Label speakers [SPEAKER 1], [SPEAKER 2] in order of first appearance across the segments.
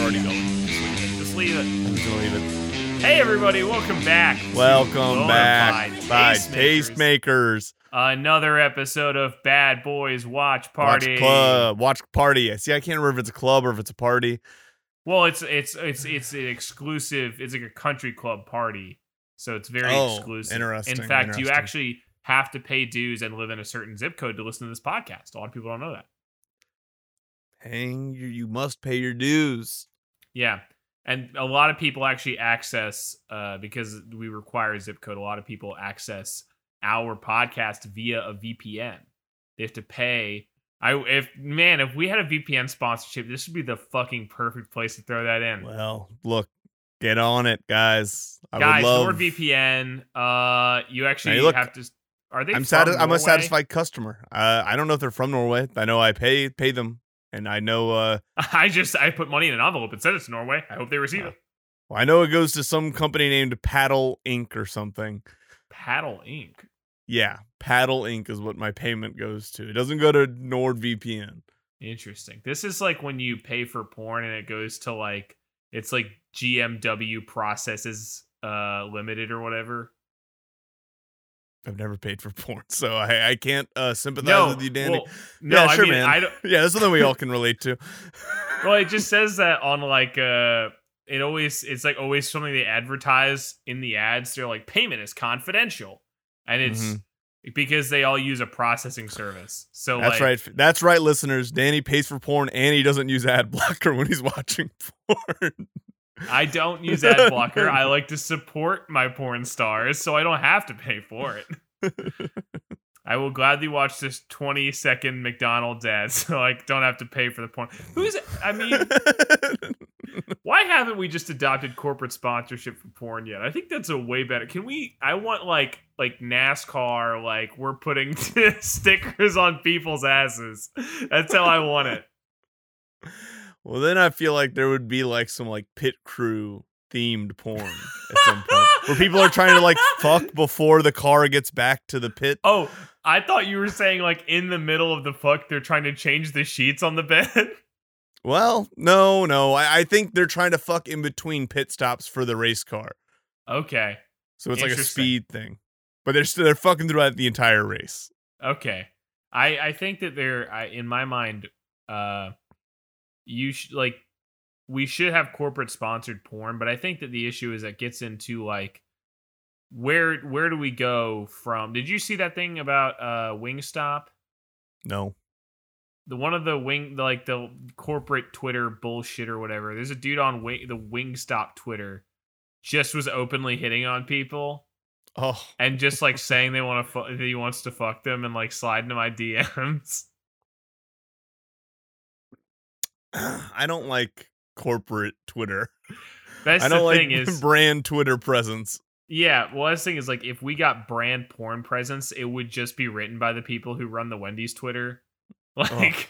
[SPEAKER 1] already going. Just leave it. Just leave it.
[SPEAKER 2] Just leave it.
[SPEAKER 1] Hey, everybody, welcome back. to
[SPEAKER 2] Welcome back
[SPEAKER 1] Glorified
[SPEAKER 2] by
[SPEAKER 1] Tastemakers.
[SPEAKER 2] Tastemakers.
[SPEAKER 1] Another episode of Bad Boys Watch Party.
[SPEAKER 2] Watch club. Watch party. See, I can't remember if it's a club or if it's a party.
[SPEAKER 1] Well, it's it's it's it's an exclusive. It's like a country club party, so it's very
[SPEAKER 2] Oh,
[SPEAKER 1] exclusive.
[SPEAKER 2] interesting,
[SPEAKER 1] In fact, you
[SPEAKER 2] interesting.
[SPEAKER 1] actually have to pay dues and live in a certain zip code to listen to this podcast. A lot of people don't know that.
[SPEAKER 2] Hang, you, you must pay your dues.
[SPEAKER 1] Yeah. And a lot of people actually access, uh, because we require a zip code, a lot of people access our podcast via a VPN. They have to pay. I if man, if we had a VPN sponsorship, this would be the fucking perfect place to throw that in.
[SPEAKER 2] Well, look, get on it, guys. I
[SPEAKER 1] Guys,
[SPEAKER 2] would love.
[SPEAKER 1] NordVPN, uh, you actually
[SPEAKER 2] Now, you look-
[SPEAKER 1] have to. Are they?
[SPEAKER 2] I'm
[SPEAKER 1] from
[SPEAKER 2] sati- I'm a
[SPEAKER 1] Norway?
[SPEAKER 2] satisfied customer. Uh, I don't know if they're from Norway. I know I pay pay them, and I know uh,
[SPEAKER 1] I just I put money in an envelope and sent it to Norway. I hope they receive
[SPEAKER 2] Wow.
[SPEAKER 1] it.
[SPEAKER 2] well, I know it goes to some company named Paddle Inc. or something.
[SPEAKER 1] Paddle Inc.
[SPEAKER 2] Yeah, Paddle Inc. is what my payment goes to. It doesn't go to NordVPN.
[SPEAKER 1] Interesting. This is like when you pay for porn and it goes to like it's like GMW processes uh limited or whatever.
[SPEAKER 2] I've never paid for porn, so I, I can't uh, sympathize
[SPEAKER 1] No,
[SPEAKER 2] with you, Danny.
[SPEAKER 1] well, no,
[SPEAKER 2] Yeah,
[SPEAKER 1] I
[SPEAKER 2] sure,
[SPEAKER 1] mean
[SPEAKER 2] man.
[SPEAKER 1] I don't.
[SPEAKER 2] yeah, that's something we all can relate to.
[SPEAKER 1] Well, it just says that on like uh, it always it's like always something they advertise in the ads. They're like payment is confidential, and it's because they all use a processing service. So
[SPEAKER 2] Mm-hmm. That's
[SPEAKER 1] like,
[SPEAKER 2] right. That's right, listeners. Danny pays for porn and he doesn't use ad blocker when he's watching porn.
[SPEAKER 1] I don't use ad blocker. I like to support my porn stars, so I don't have to pay for it. I will gladly watch this 20 second McDonald's ad, so I don't have to pay for the porn. Who's? I mean, why haven't we just adopted corporate sponsorship for porn yet? I think that's a way better. Can we? I want like like NASCAR. Like we're putting stickers on people's asses. That's how I want it.
[SPEAKER 2] well, then I feel like there would be like some like pit crew themed porn at some point where people are trying to like fuck before the car gets back to the pit.
[SPEAKER 1] Oh, I thought you were saying like in the middle of the fuck, they're trying to change the sheets on the bed.
[SPEAKER 2] Well, no, no. I, I think they're trying to fuck in between pit stops for the race car.
[SPEAKER 1] okay,
[SPEAKER 2] So it's like a
[SPEAKER 1] Interesting.
[SPEAKER 2] speed thing. But they're still they're fucking throughout the entire race.
[SPEAKER 1] okay. I I think that they're I, in my mind. Uh, you sh- like we should have corporate sponsored porn, but I think that the issue is that gets into like where where do we go from? Did you see that thing about uh Wingstop?
[SPEAKER 2] No.
[SPEAKER 1] the one of the wing the, like the corporate Twitter bullshit or whatever. There's a dude on wing, the Wingstop Twitter just was openly hitting on people
[SPEAKER 2] Oh.
[SPEAKER 1] and just like saying they want to fu- that he wants to fuck them and like slide into my DMs.
[SPEAKER 2] I don't like corporate Twitter.
[SPEAKER 1] That's
[SPEAKER 2] I don't
[SPEAKER 1] the
[SPEAKER 2] like
[SPEAKER 1] thing is
[SPEAKER 2] brand Twitter presence.
[SPEAKER 1] yeah. Well, that's the thing is like if we got brand porn presence, it would just be written by the people who run the Wendy's Twitter. Like,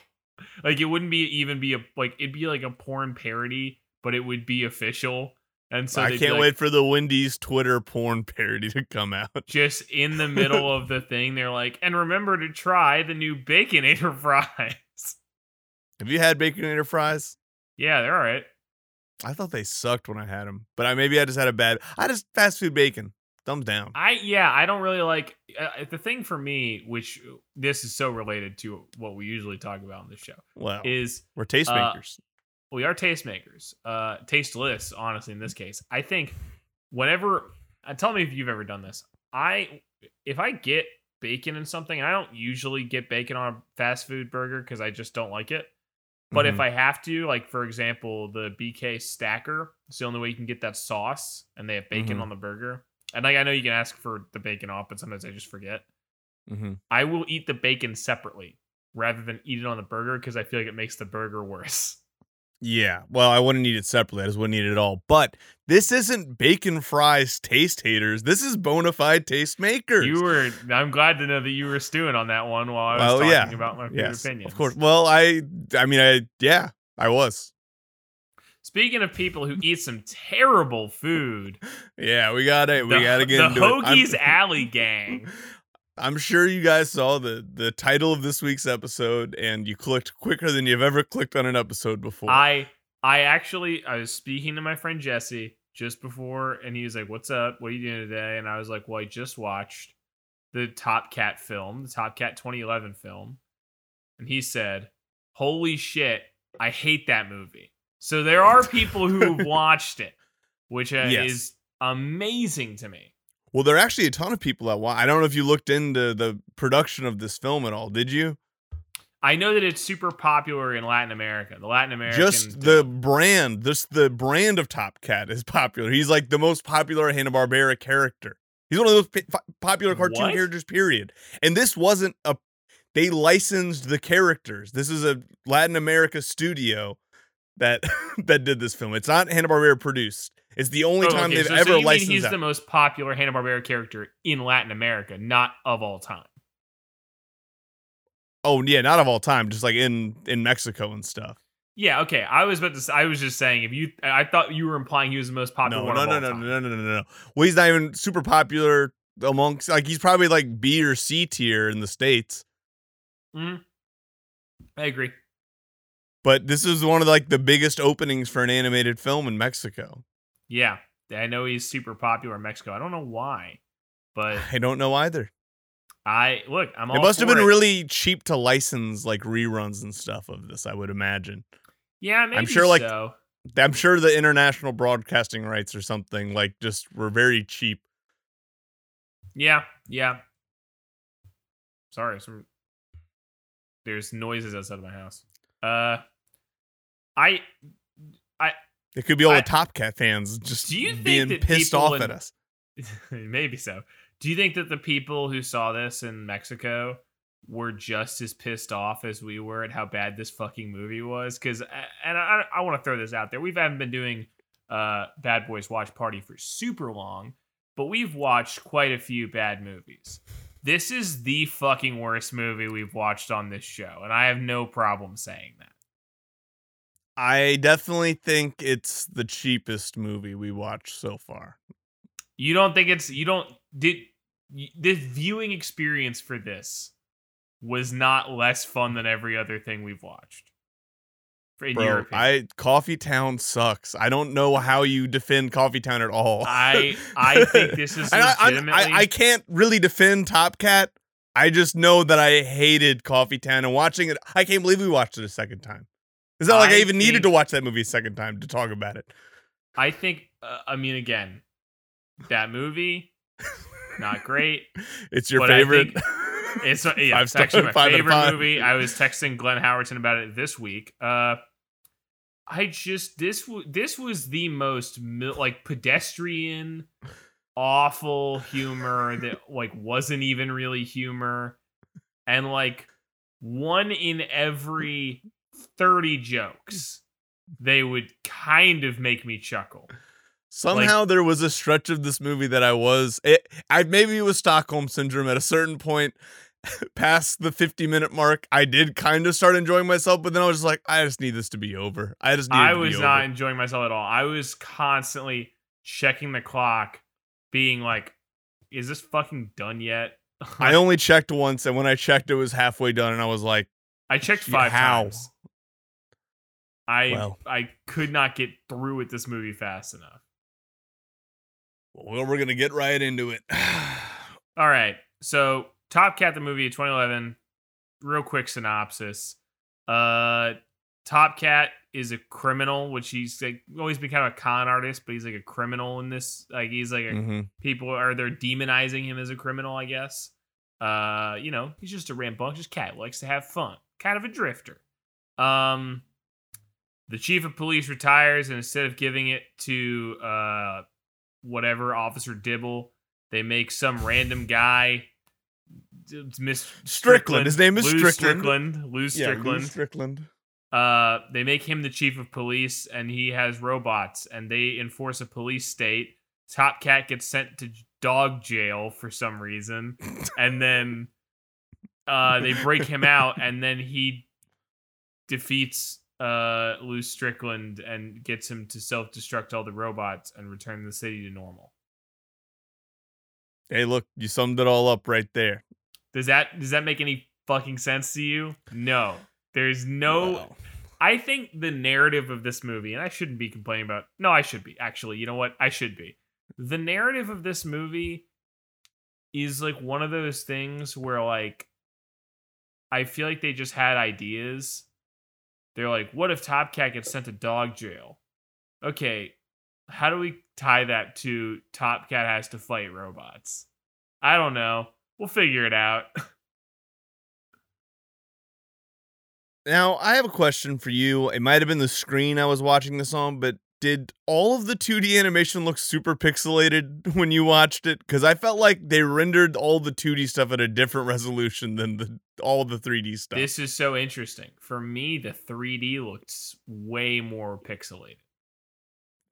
[SPEAKER 1] like it wouldn't be even be a like it'd be like a porn parody, but it would be official. And so
[SPEAKER 2] I
[SPEAKER 1] they'd be
[SPEAKER 2] can't
[SPEAKER 1] like,
[SPEAKER 2] wait for the Wendy's Twitter porn parody to come out.
[SPEAKER 1] just in the middle of the thing, they're like, and remember to try the new Baconator fries.
[SPEAKER 2] Have you had baconator fries?
[SPEAKER 1] yeah, they're all right.
[SPEAKER 2] I thought they sucked when I had them, but I maybe I just had a bad. I just fast food bacon. Thumbs down.
[SPEAKER 1] I yeah, I don't really like uh, the thing for me, which uh, this is so related to what we usually talk about on the show,
[SPEAKER 2] Well,
[SPEAKER 1] is
[SPEAKER 2] we're
[SPEAKER 1] uh,
[SPEAKER 2] tastemakers.
[SPEAKER 1] we are tastemakers, uh, tasteless, honestly. In this case, I think whenever uh, tell me if you've ever done this. I if I get bacon in something, I don't usually get bacon on a fast food burger because I just don't like it. But
[SPEAKER 2] Mm-hmm.
[SPEAKER 1] if I have to, like for example, the BK Stacker, it's the only way you can get that sauce, and they have bacon
[SPEAKER 2] Mhm.
[SPEAKER 1] on the burger. And like I know you can ask for the bacon off, but sometimes I just forget.
[SPEAKER 2] mm-hmm.
[SPEAKER 1] I will eat the bacon separately rather than eat it on the burger because I feel like it makes the burger worse.
[SPEAKER 2] Yeah. Well, I wouldn't eat it separately. I just wouldn't eat it at all. But this isn't bacon fries taste haters. This is bona fide taste makers.
[SPEAKER 1] You were. I'm glad to know that you were stewing on that one while I was
[SPEAKER 2] Well,
[SPEAKER 1] talking
[SPEAKER 2] yeah.
[SPEAKER 1] about my food
[SPEAKER 2] yes,
[SPEAKER 1] opinions.
[SPEAKER 2] of course. Well, I, I mean, I, yeah, I was.
[SPEAKER 1] Speaking of people who eat some terrible food,
[SPEAKER 2] Yeah, we got it. We
[SPEAKER 1] the,
[SPEAKER 2] got to get
[SPEAKER 1] the
[SPEAKER 2] into
[SPEAKER 1] Hoagies
[SPEAKER 2] it. I'm,
[SPEAKER 1] Alley gang.
[SPEAKER 2] I'm sure you guys saw the the title of this week's episode, and you clicked quicker than you've ever clicked on an episode before.
[SPEAKER 1] I I actually I was speaking to my friend Jesse just before, and he was like, "What's up? What are you doing today?" And I was like, "Well, I just watched the Top Cat film, the Top Cat 2011 film," and he said, "Holy shit, I hate that movie." So there are people who have watched it, which uh,
[SPEAKER 2] Yes.
[SPEAKER 1] is amazing to me.
[SPEAKER 2] Well, there are actually a ton of people that watch. I don't know if you looked into the production of this film at all. Did you?
[SPEAKER 1] I know that it's super popular in Latin America. The Latin American
[SPEAKER 2] Just the brand, just the brand of Top Cat is popular. He's like the most popular Hanna Barbera character. He's one of those p- popular cartoon
[SPEAKER 1] What?
[SPEAKER 2] characters. Period. And this wasn't a. They licensed the characters. This is a Latin America studio that that did this film. It's not Hanna Barbera produced. It's the only
[SPEAKER 1] Oh,
[SPEAKER 2] time
[SPEAKER 1] okay,
[SPEAKER 2] they've
[SPEAKER 1] so- so
[SPEAKER 2] ever
[SPEAKER 1] you mean
[SPEAKER 2] licensed.
[SPEAKER 1] He's
[SPEAKER 2] that.
[SPEAKER 1] the most popular Hanna Barbera character in Latin America, not of all time.
[SPEAKER 2] oh yeah, not of all time. Just like in in Mexico and stuff.
[SPEAKER 1] Yeah, okay. I was about to. s- I was just saying. If you, I thought you were implying he was the most popular.
[SPEAKER 2] No,
[SPEAKER 1] one
[SPEAKER 2] no,
[SPEAKER 1] of
[SPEAKER 2] no,
[SPEAKER 1] all
[SPEAKER 2] no,
[SPEAKER 1] time.
[SPEAKER 2] no, no, no, no, no. Well, he's not even super popular amongst like he's probably like B or C tier in the states.
[SPEAKER 1] Mhm. I agree.
[SPEAKER 2] But this is one of like the biggest openings for an animated film in Mexico.
[SPEAKER 1] Yeah, I know he's super popular in Mexico. I don't know why, but
[SPEAKER 2] I don't know either.
[SPEAKER 1] I look. I'm.
[SPEAKER 2] it
[SPEAKER 1] all
[SPEAKER 2] must have
[SPEAKER 1] for
[SPEAKER 2] been
[SPEAKER 1] it.
[SPEAKER 2] really cheap to license like reruns and stuff of this. I would imagine.
[SPEAKER 1] Yeah, maybe
[SPEAKER 2] sure, like,
[SPEAKER 1] so.
[SPEAKER 2] I'm sure the international broadcasting rights or something like just were very cheap.
[SPEAKER 1] Yeah, yeah. Sorry, some, there's noises outside of my house. Uh, I
[SPEAKER 2] It could be all
[SPEAKER 1] I-
[SPEAKER 2] the Top Cat fans just
[SPEAKER 1] Do you think
[SPEAKER 2] being
[SPEAKER 1] that
[SPEAKER 2] pissed
[SPEAKER 1] people
[SPEAKER 2] off
[SPEAKER 1] in-
[SPEAKER 2] at us.
[SPEAKER 1] Maybe so. Do you think that the people who saw this in Mexico were just as pissed off as we were at how bad this fucking movie was? Because, and I, I want to throw this out there. We haven't been doing uh, Bad Boys Watch Party for super long, but we've watched quite a few bad movies. This is the fucking worst movie we've watched on this show, and I have no problem saying that.
[SPEAKER 2] I definitely think it's the cheapest movie we watched so far.
[SPEAKER 1] You don't think it's you don't did y- the viewing experience for this was not less fun than every other thing we've watched. For- In your
[SPEAKER 2] Bro,
[SPEAKER 1] opinion.
[SPEAKER 2] I Coffee Town sucks. I don't know how you defend Coffee Town at all.
[SPEAKER 1] I I think this is
[SPEAKER 2] And I, I'm-
[SPEAKER 1] legitimately.
[SPEAKER 2] I, I can't really defend Top Cat. I just know that I hated Coffee Town and watching it. I can't believe we watched it a second time. It's not like I,
[SPEAKER 1] I
[SPEAKER 2] even
[SPEAKER 1] think-
[SPEAKER 2] needed to watch that movie a second time to talk about it.
[SPEAKER 1] I think. Uh, I mean, again, that movie not great.
[SPEAKER 2] It's your
[SPEAKER 1] But I
[SPEAKER 2] favorite.
[SPEAKER 1] think It's yeah,
[SPEAKER 2] Five
[SPEAKER 1] it's actually
[SPEAKER 2] star-
[SPEAKER 1] my
[SPEAKER 2] five out of
[SPEAKER 1] favorite
[SPEAKER 2] five.
[SPEAKER 1] movie. I was texting Glenn Howerton about it this week. Uh, I just this w- this was the most mil- like pedestrian, awful humor that like wasn't even really humor, and like one in every thirty jokes, they would kind of make me chuckle.
[SPEAKER 2] Somehow there was a stretch of this movie that I was it, I maybe it was Stockholm syndrome at a certain point past the 50 minute mark I did kind of start enjoying myself but then I was just like I just need this to be over. I just need it
[SPEAKER 1] I
[SPEAKER 2] to be
[SPEAKER 1] was
[SPEAKER 2] over.
[SPEAKER 1] not enjoying myself at all. I was constantly checking the clock, being like, "Is this fucking done yet?"
[SPEAKER 2] I only checked once and when I checked it was halfway done and I was like
[SPEAKER 1] I checked
[SPEAKER 2] Yeah,
[SPEAKER 1] five
[SPEAKER 2] how?
[SPEAKER 1] times. I
[SPEAKER 2] Well.
[SPEAKER 1] I could not get through with this movie fast enough.
[SPEAKER 2] well we're going to get right into it.
[SPEAKER 1] All right, so Top Cat the movie 2011. Real quick synopsis. Uh, Top Cat is a criminal, which he's like always been kind of a con artist, but he's like a criminal in this. Like he's like a
[SPEAKER 2] Mhm.
[SPEAKER 1] people are they're demonizing him as a criminal i guess uh you know he's just a rambunctious cat likes to have fun kind of a drifter um the chief of police retires and instead of giving it to uh whatever officer dibble they make some random guy it's miss
[SPEAKER 2] Strickland. His name is
[SPEAKER 1] Lou
[SPEAKER 2] Strickland.
[SPEAKER 1] strickland lou
[SPEAKER 2] Yeah, Lou
[SPEAKER 1] strickland
[SPEAKER 2] Strickland.
[SPEAKER 1] uh, they make him the chief of police, and he has robots, and they enforce a police state. Top Cat gets sent to dog jail for some reason, and then uh, they break him out, and then he defeats uh, Lou Strickland and gets him to self destruct all the robots and return the city to normal.
[SPEAKER 2] Hey look, you summed it all up right there.
[SPEAKER 1] Does that does that make any fucking sense to you? No, there's no
[SPEAKER 2] Wow.
[SPEAKER 1] I think the narrative of this movie, and I shouldn't be complaining about. No, I should be actually. You know what? I should be. The narrative of this movie is like one of those things where like I feel like they just had ideas. They're like, what if Top Cat gets sent to dog jail? Okay, how do we tie that to Top Cat has to fight robots? I don't know. We'll figure it out.
[SPEAKER 2] Now, I have a question for you. It might have been the screen I was watching this on, but did all of the 2D animation look super pixelated when you watched it? Because I felt like they rendered all the 2D stuff at a different resolution than the all the 3D stuff.
[SPEAKER 1] This is so interesting. For me, the 3D looks way more pixelated.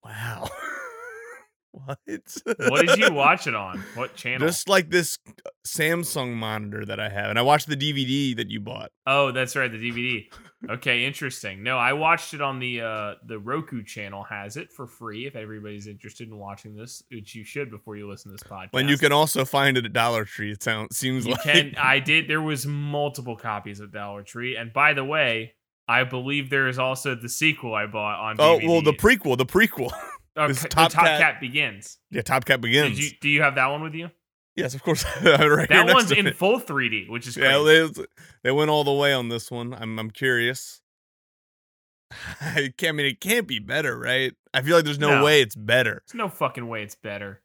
[SPEAKER 2] wow. what?
[SPEAKER 1] What did you watch it on? What channel?
[SPEAKER 2] Just like this uh, Samsung monitor that I have, and I watched the DVD that you bought.
[SPEAKER 1] Oh, that's right, the DVD. Okay, interesting. No, I watched it on the uh the Roku channel has it for free if everybody's interested in watching this, which you should before you listen to this podcast.
[SPEAKER 2] And you can also find it at Dollar Tree. It sounds seems
[SPEAKER 1] You
[SPEAKER 2] like
[SPEAKER 1] can uh, I did there was multiple copies of Dollar Tree and by the way, I believe there is also the sequel I bought on
[SPEAKER 2] Oh
[SPEAKER 1] DVD.
[SPEAKER 2] well, the prequel, the prequel.
[SPEAKER 1] Oh,
[SPEAKER 2] this
[SPEAKER 1] ca- the
[SPEAKER 2] Top
[SPEAKER 1] Top,
[SPEAKER 2] Cat-
[SPEAKER 1] Cat, begins.
[SPEAKER 2] yeah, Top Cat
[SPEAKER 1] Did
[SPEAKER 2] Begins.
[SPEAKER 1] you do you have that one with you?
[SPEAKER 2] yes, of course. right here
[SPEAKER 1] That
[SPEAKER 2] next
[SPEAKER 1] one's
[SPEAKER 2] to
[SPEAKER 1] in
[SPEAKER 2] it.
[SPEAKER 1] full 3D, which is crazy.
[SPEAKER 2] Yeah, they, they went all the way on this one. I'm I'm curious. I can't I mean it can't be better, right? I feel like there's no,
[SPEAKER 1] No.
[SPEAKER 2] way it's better.
[SPEAKER 1] There's no fucking way it's better.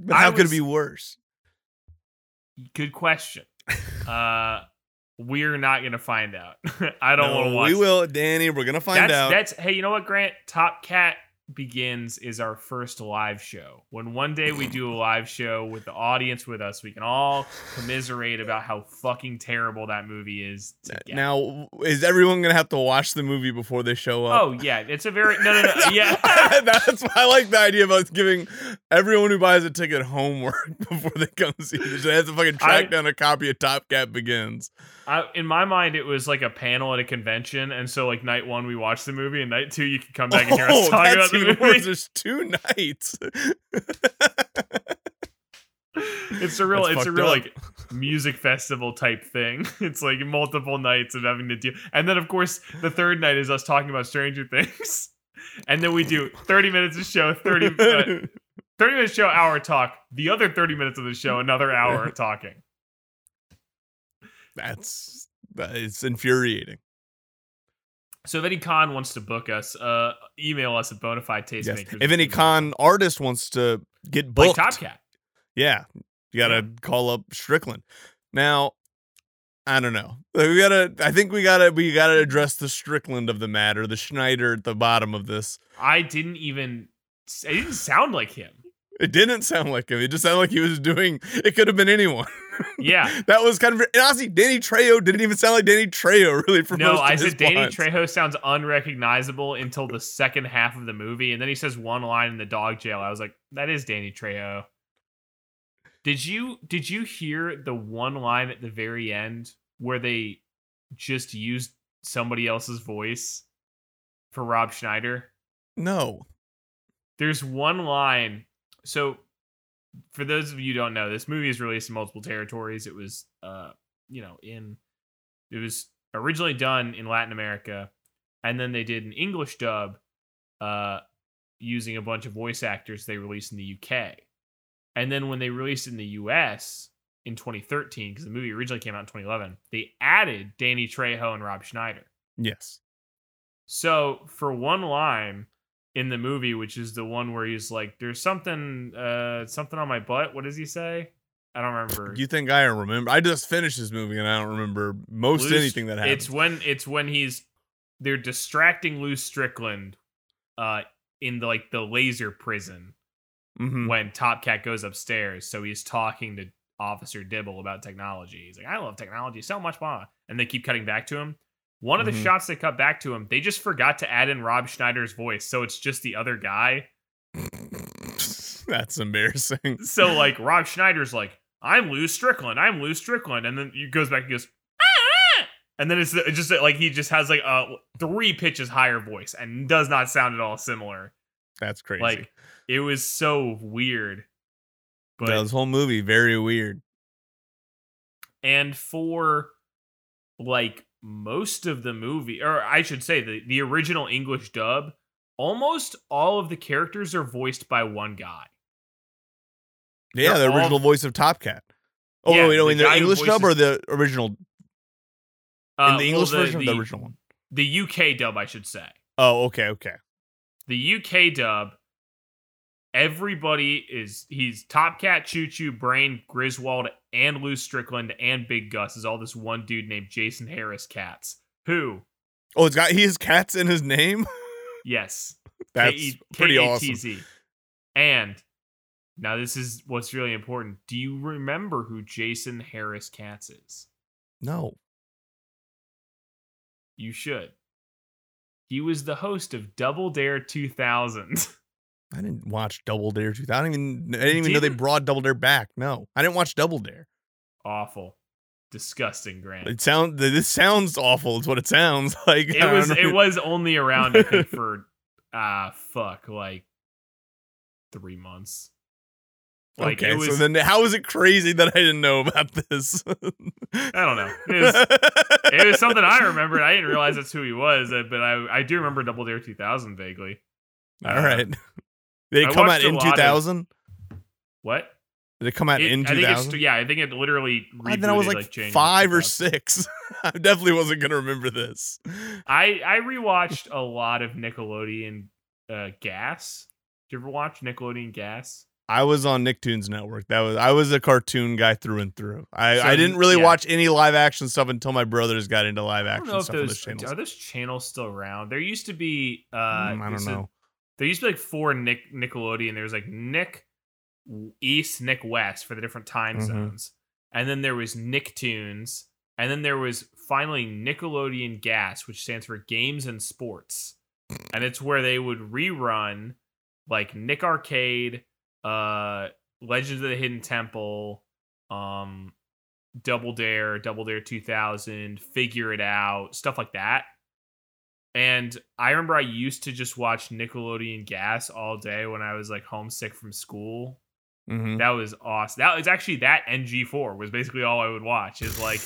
[SPEAKER 2] But
[SPEAKER 1] I
[SPEAKER 2] how could it
[SPEAKER 1] was-
[SPEAKER 2] be worse?
[SPEAKER 1] Good question. Uh, we're not gonna find out. I don't
[SPEAKER 2] No,
[SPEAKER 1] want to watch.
[SPEAKER 2] We will, Danny. We're gonna find
[SPEAKER 1] that's,
[SPEAKER 2] out.
[SPEAKER 1] That's hey, you know what, Grant? Top Cat begins is our first live show. When one day we do a live show with the audience with us, we can all commiserate about how fucking terrible that movie is. together.
[SPEAKER 2] Uh, Now, is everyone gonna have to watch the movie before they show up?
[SPEAKER 1] oh yeah, it's a very no no no yeah.
[SPEAKER 2] That's why I like the idea of us giving everyone who buys a ticket homework before they come see this. They have to fucking track
[SPEAKER 1] I-
[SPEAKER 2] down a copy of Top Cat Begins.
[SPEAKER 1] I, in my mind, it was like a panel at a convention, and so like night one we watch the movie, and night two you can come back and hear us
[SPEAKER 2] Oh,
[SPEAKER 1] talk about
[SPEAKER 2] that's
[SPEAKER 1] the
[SPEAKER 2] even
[SPEAKER 1] movie.
[SPEAKER 2] worse. There's two nights.
[SPEAKER 1] it's a real
[SPEAKER 2] That's
[SPEAKER 1] it's a
[SPEAKER 2] fucked
[SPEAKER 1] real
[SPEAKER 2] up.
[SPEAKER 1] like music festival type thing it's like multiple nights of having to do and then of course the third night is us talking about stranger things and then we do 30 minutes of show 30 uh, 30 minutes show hour talk the other 30 minutes of the show another hour of talking
[SPEAKER 2] That's that is infuriating.
[SPEAKER 1] so if any con wants to book us uh email us at bonafide taste
[SPEAKER 2] Yes. If any
[SPEAKER 1] con
[SPEAKER 2] con artist wants to get
[SPEAKER 1] like
[SPEAKER 2] booked,
[SPEAKER 1] top cat
[SPEAKER 2] yeah, you gotta call up Strickland. Now, I don't know. We gotta. I think we gotta. We gotta address the Strickland of the matter, the Schneider at the bottom of this.
[SPEAKER 1] i didn't even it didn't sound like him
[SPEAKER 2] It didn't sound like him. It just sounded like he was doing. It could have been anyone.
[SPEAKER 1] yeah
[SPEAKER 2] that was kind of. And honestly, Danny Trejo didn't even sound like Danny Trejo really for
[SPEAKER 1] No,
[SPEAKER 2] most of
[SPEAKER 1] I
[SPEAKER 2] his
[SPEAKER 1] said Danny
[SPEAKER 2] lines.
[SPEAKER 1] Trejo sounds unrecognizable until the second half of the movie, and then he says one line in the dog jail. I was like, that is Danny Trejo. Did you did you hear the one line at the very end where they just used somebody else's voice for Rob Schneider?
[SPEAKER 2] No.
[SPEAKER 1] there's one line. So, for those of you who don't know, this movie is released in multiple territories. It was, uh, you know, in it was originally done in Latin America, and then they did an English dub, uh, using a bunch of voice actors they released in the UK, and then when they released it in the US in 2013, because the movie originally came out in 2011, they added Danny Trejo and Rob Schneider.
[SPEAKER 2] Yes.
[SPEAKER 1] So for one line in the movie, which is the one where he's like, "There's something, uh, something on my butt." What does he say? I don't remember.
[SPEAKER 2] You think I remember? I just finished this movie and I don't remember most
[SPEAKER 1] Lou-
[SPEAKER 2] anything that happened.
[SPEAKER 1] It's when it's when he's they're distracting Lou Strickland, uh, in the like the laser prison
[SPEAKER 2] Mhm.
[SPEAKER 1] when Top Cat goes upstairs. So he's talking to Officer Dibble about technology. He's like, "I love technology so much, blah." And they keep cutting back to him. One of the
[SPEAKER 2] Mhm.
[SPEAKER 1] shots they cut back to him, they just forgot to add in Rob Schneider's voice, so it's just the other guy.
[SPEAKER 2] Mm-hmm. That's embarrassing.
[SPEAKER 1] so like Rob Schneider's like, I'm Lou Strickland, I'm Lou Strickland, and then he goes back and goes, "Ah!" and then it's it's just like he just has like a three pitches higher voice and does not sound at all similar.
[SPEAKER 2] That's crazy.
[SPEAKER 1] Like it was so weird. But
[SPEAKER 2] No, this whole movie very weird.
[SPEAKER 1] and for like most of the movie, or I should say the, the original English dub, almost all of the characters are voiced by one guy.
[SPEAKER 2] Yeah,
[SPEAKER 1] They're
[SPEAKER 2] the
[SPEAKER 1] all-
[SPEAKER 2] original voice of Top Cat. Oh
[SPEAKER 1] Yeah,
[SPEAKER 2] wait, no,
[SPEAKER 1] the
[SPEAKER 2] in the
[SPEAKER 1] guy who
[SPEAKER 2] English dub
[SPEAKER 1] voices-
[SPEAKER 2] or the original in
[SPEAKER 1] Uh,
[SPEAKER 2] the
[SPEAKER 1] well,
[SPEAKER 2] English version, or the
[SPEAKER 1] the-
[SPEAKER 2] original one.
[SPEAKER 1] the UK dub, I should say.
[SPEAKER 2] Oh, okay, okay.
[SPEAKER 1] the UK dub, everybody is he's Top Cat, Choo Choo, Brain, Griswold, and Lou Strickland and Big Gus is all this one dude named Jason Harris Katz, who,
[SPEAKER 2] Oh, it's got he has cats in his name.
[SPEAKER 1] yes,
[SPEAKER 2] That's
[SPEAKER 1] K-E-
[SPEAKER 2] pretty awesome.
[SPEAKER 1] K-A-T-Z. And now this is what's really important. Do you remember who Jason Harris Katz is?
[SPEAKER 2] No,
[SPEAKER 1] You should. He was the host of Double Dare 2000.
[SPEAKER 2] I didn't watch Double Dare 2000. I didn't even I didn't even know they
[SPEAKER 1] Didn't?
[SPEAKER 2] brought Double Dare back. No, I didn't watch Double Dare.
[SPEAKER 1] Awful. Disgusting, Grant.
[SPEAKER 2] It sounds this sounds awful. Is what it sounds like. I
[SPEAKER 1] it
[SPEAKER 2] don't
[SPEAKER 1] was
[SPEAKER 2] know.
[SPEAKER 1] it was only around I think for ah fuck like three months. Like
[SPEAKER 2] okay,
[SPEAKER 1] it was
[SPEAKER 2] so then how is it crazy that I didn't know about this?
[SPEAKER 1] I don't know. It was, it was something I remembered. I didn't realize that's who he was, uh, but I I do remember Double Dare 2000 vaguely.
[SPEAKER 2] All right. Did it
[SPEAKER 1] I
[SPEAKER 2] come out
[SPEAKER 1] watched a
[SPEAKER 2] in
[SPEAKER 1] lot of-
[SPEAKER 2] 2000?
[SPEAKER 1] What?
[SPEAKER 2] Did it come out
[SPEAKER 1] It-
[SPEAKER 2] in
[SPEAKER 1] I
[SPEAKER 2] 2000?
[SPEAKER 1] think it's yeah, I think it literally
[SPEAKER 2] I
[SPEAKER 1] rebooted,
[SPEAKER 2] then I was like,
[SPEAKER 1] like January
[SPEAKER 2] five or
[SPEAKER 1] 2000.
[SPEAKER 2] six. I definitely wasn't gonna remember this.
[SPEAKER 1] I I rewatched a lot of Nickelodeon uh Gas. Did you ever watch Nickelodeon Gas?
[SPEAKER 2] I was on Nicktoons Network. That was I was a cartoon guy through and through. I,
[SPEAKER 1] So,
[SPEAKER 2] I didn't really
[SPEAKER 1] yeah.
[SPEAKER 2] watch any live action stuff until my brothers got into live
[SPEAKER 1] I don't
[SPEAKER 2] action
[SPEAKER 1] know if
[SPEAKER 2] stuff on those
[SPEAKER 1] those
[SPEAKER 2] channels.
[SPEAKER 1] are uh, those channels still around. There used to be uh
[SPEAKER 2] Mm, I don't
[SPEAKER 1] there's a-
[SPEAKER 2] know.
[SPEAKER 1] there used to be like four Nick Nickelodeon. There was like Nick East, Nick West for the different time
[SPEAKER 2] Mhm.
[SPEAKER 1] zones, and then there was Nicktoons, and then there was finally Nickelodeon Gas, which stands for Games and Sports, and it's where they would rerun like Nick Arcade, uh, Legends of the Hidden Temple, um, Double Dare, Double Dare 2000, Figure It Out, stuff like that. And I remember I used to just watch Nickelodeon Gas all day when I was like homesick from school.
[SPEAKER 2] Mhm.
[SPEAKER 1] That was awesome. That was actually that NG4 was basically all I would watch. Is like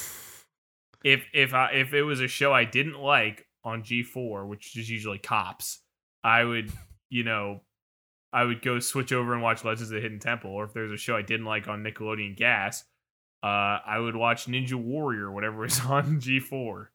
[SPEAKER 1] if if I if it was a show I didn't like on G4, which is usually cops, I would, you know, I would go switch over and watch Legends of the Hidden Temple, or if there's a show I didn't like on Nickelodeon Gas, uh, I would watch Ninja Warrior, whatever was on G4.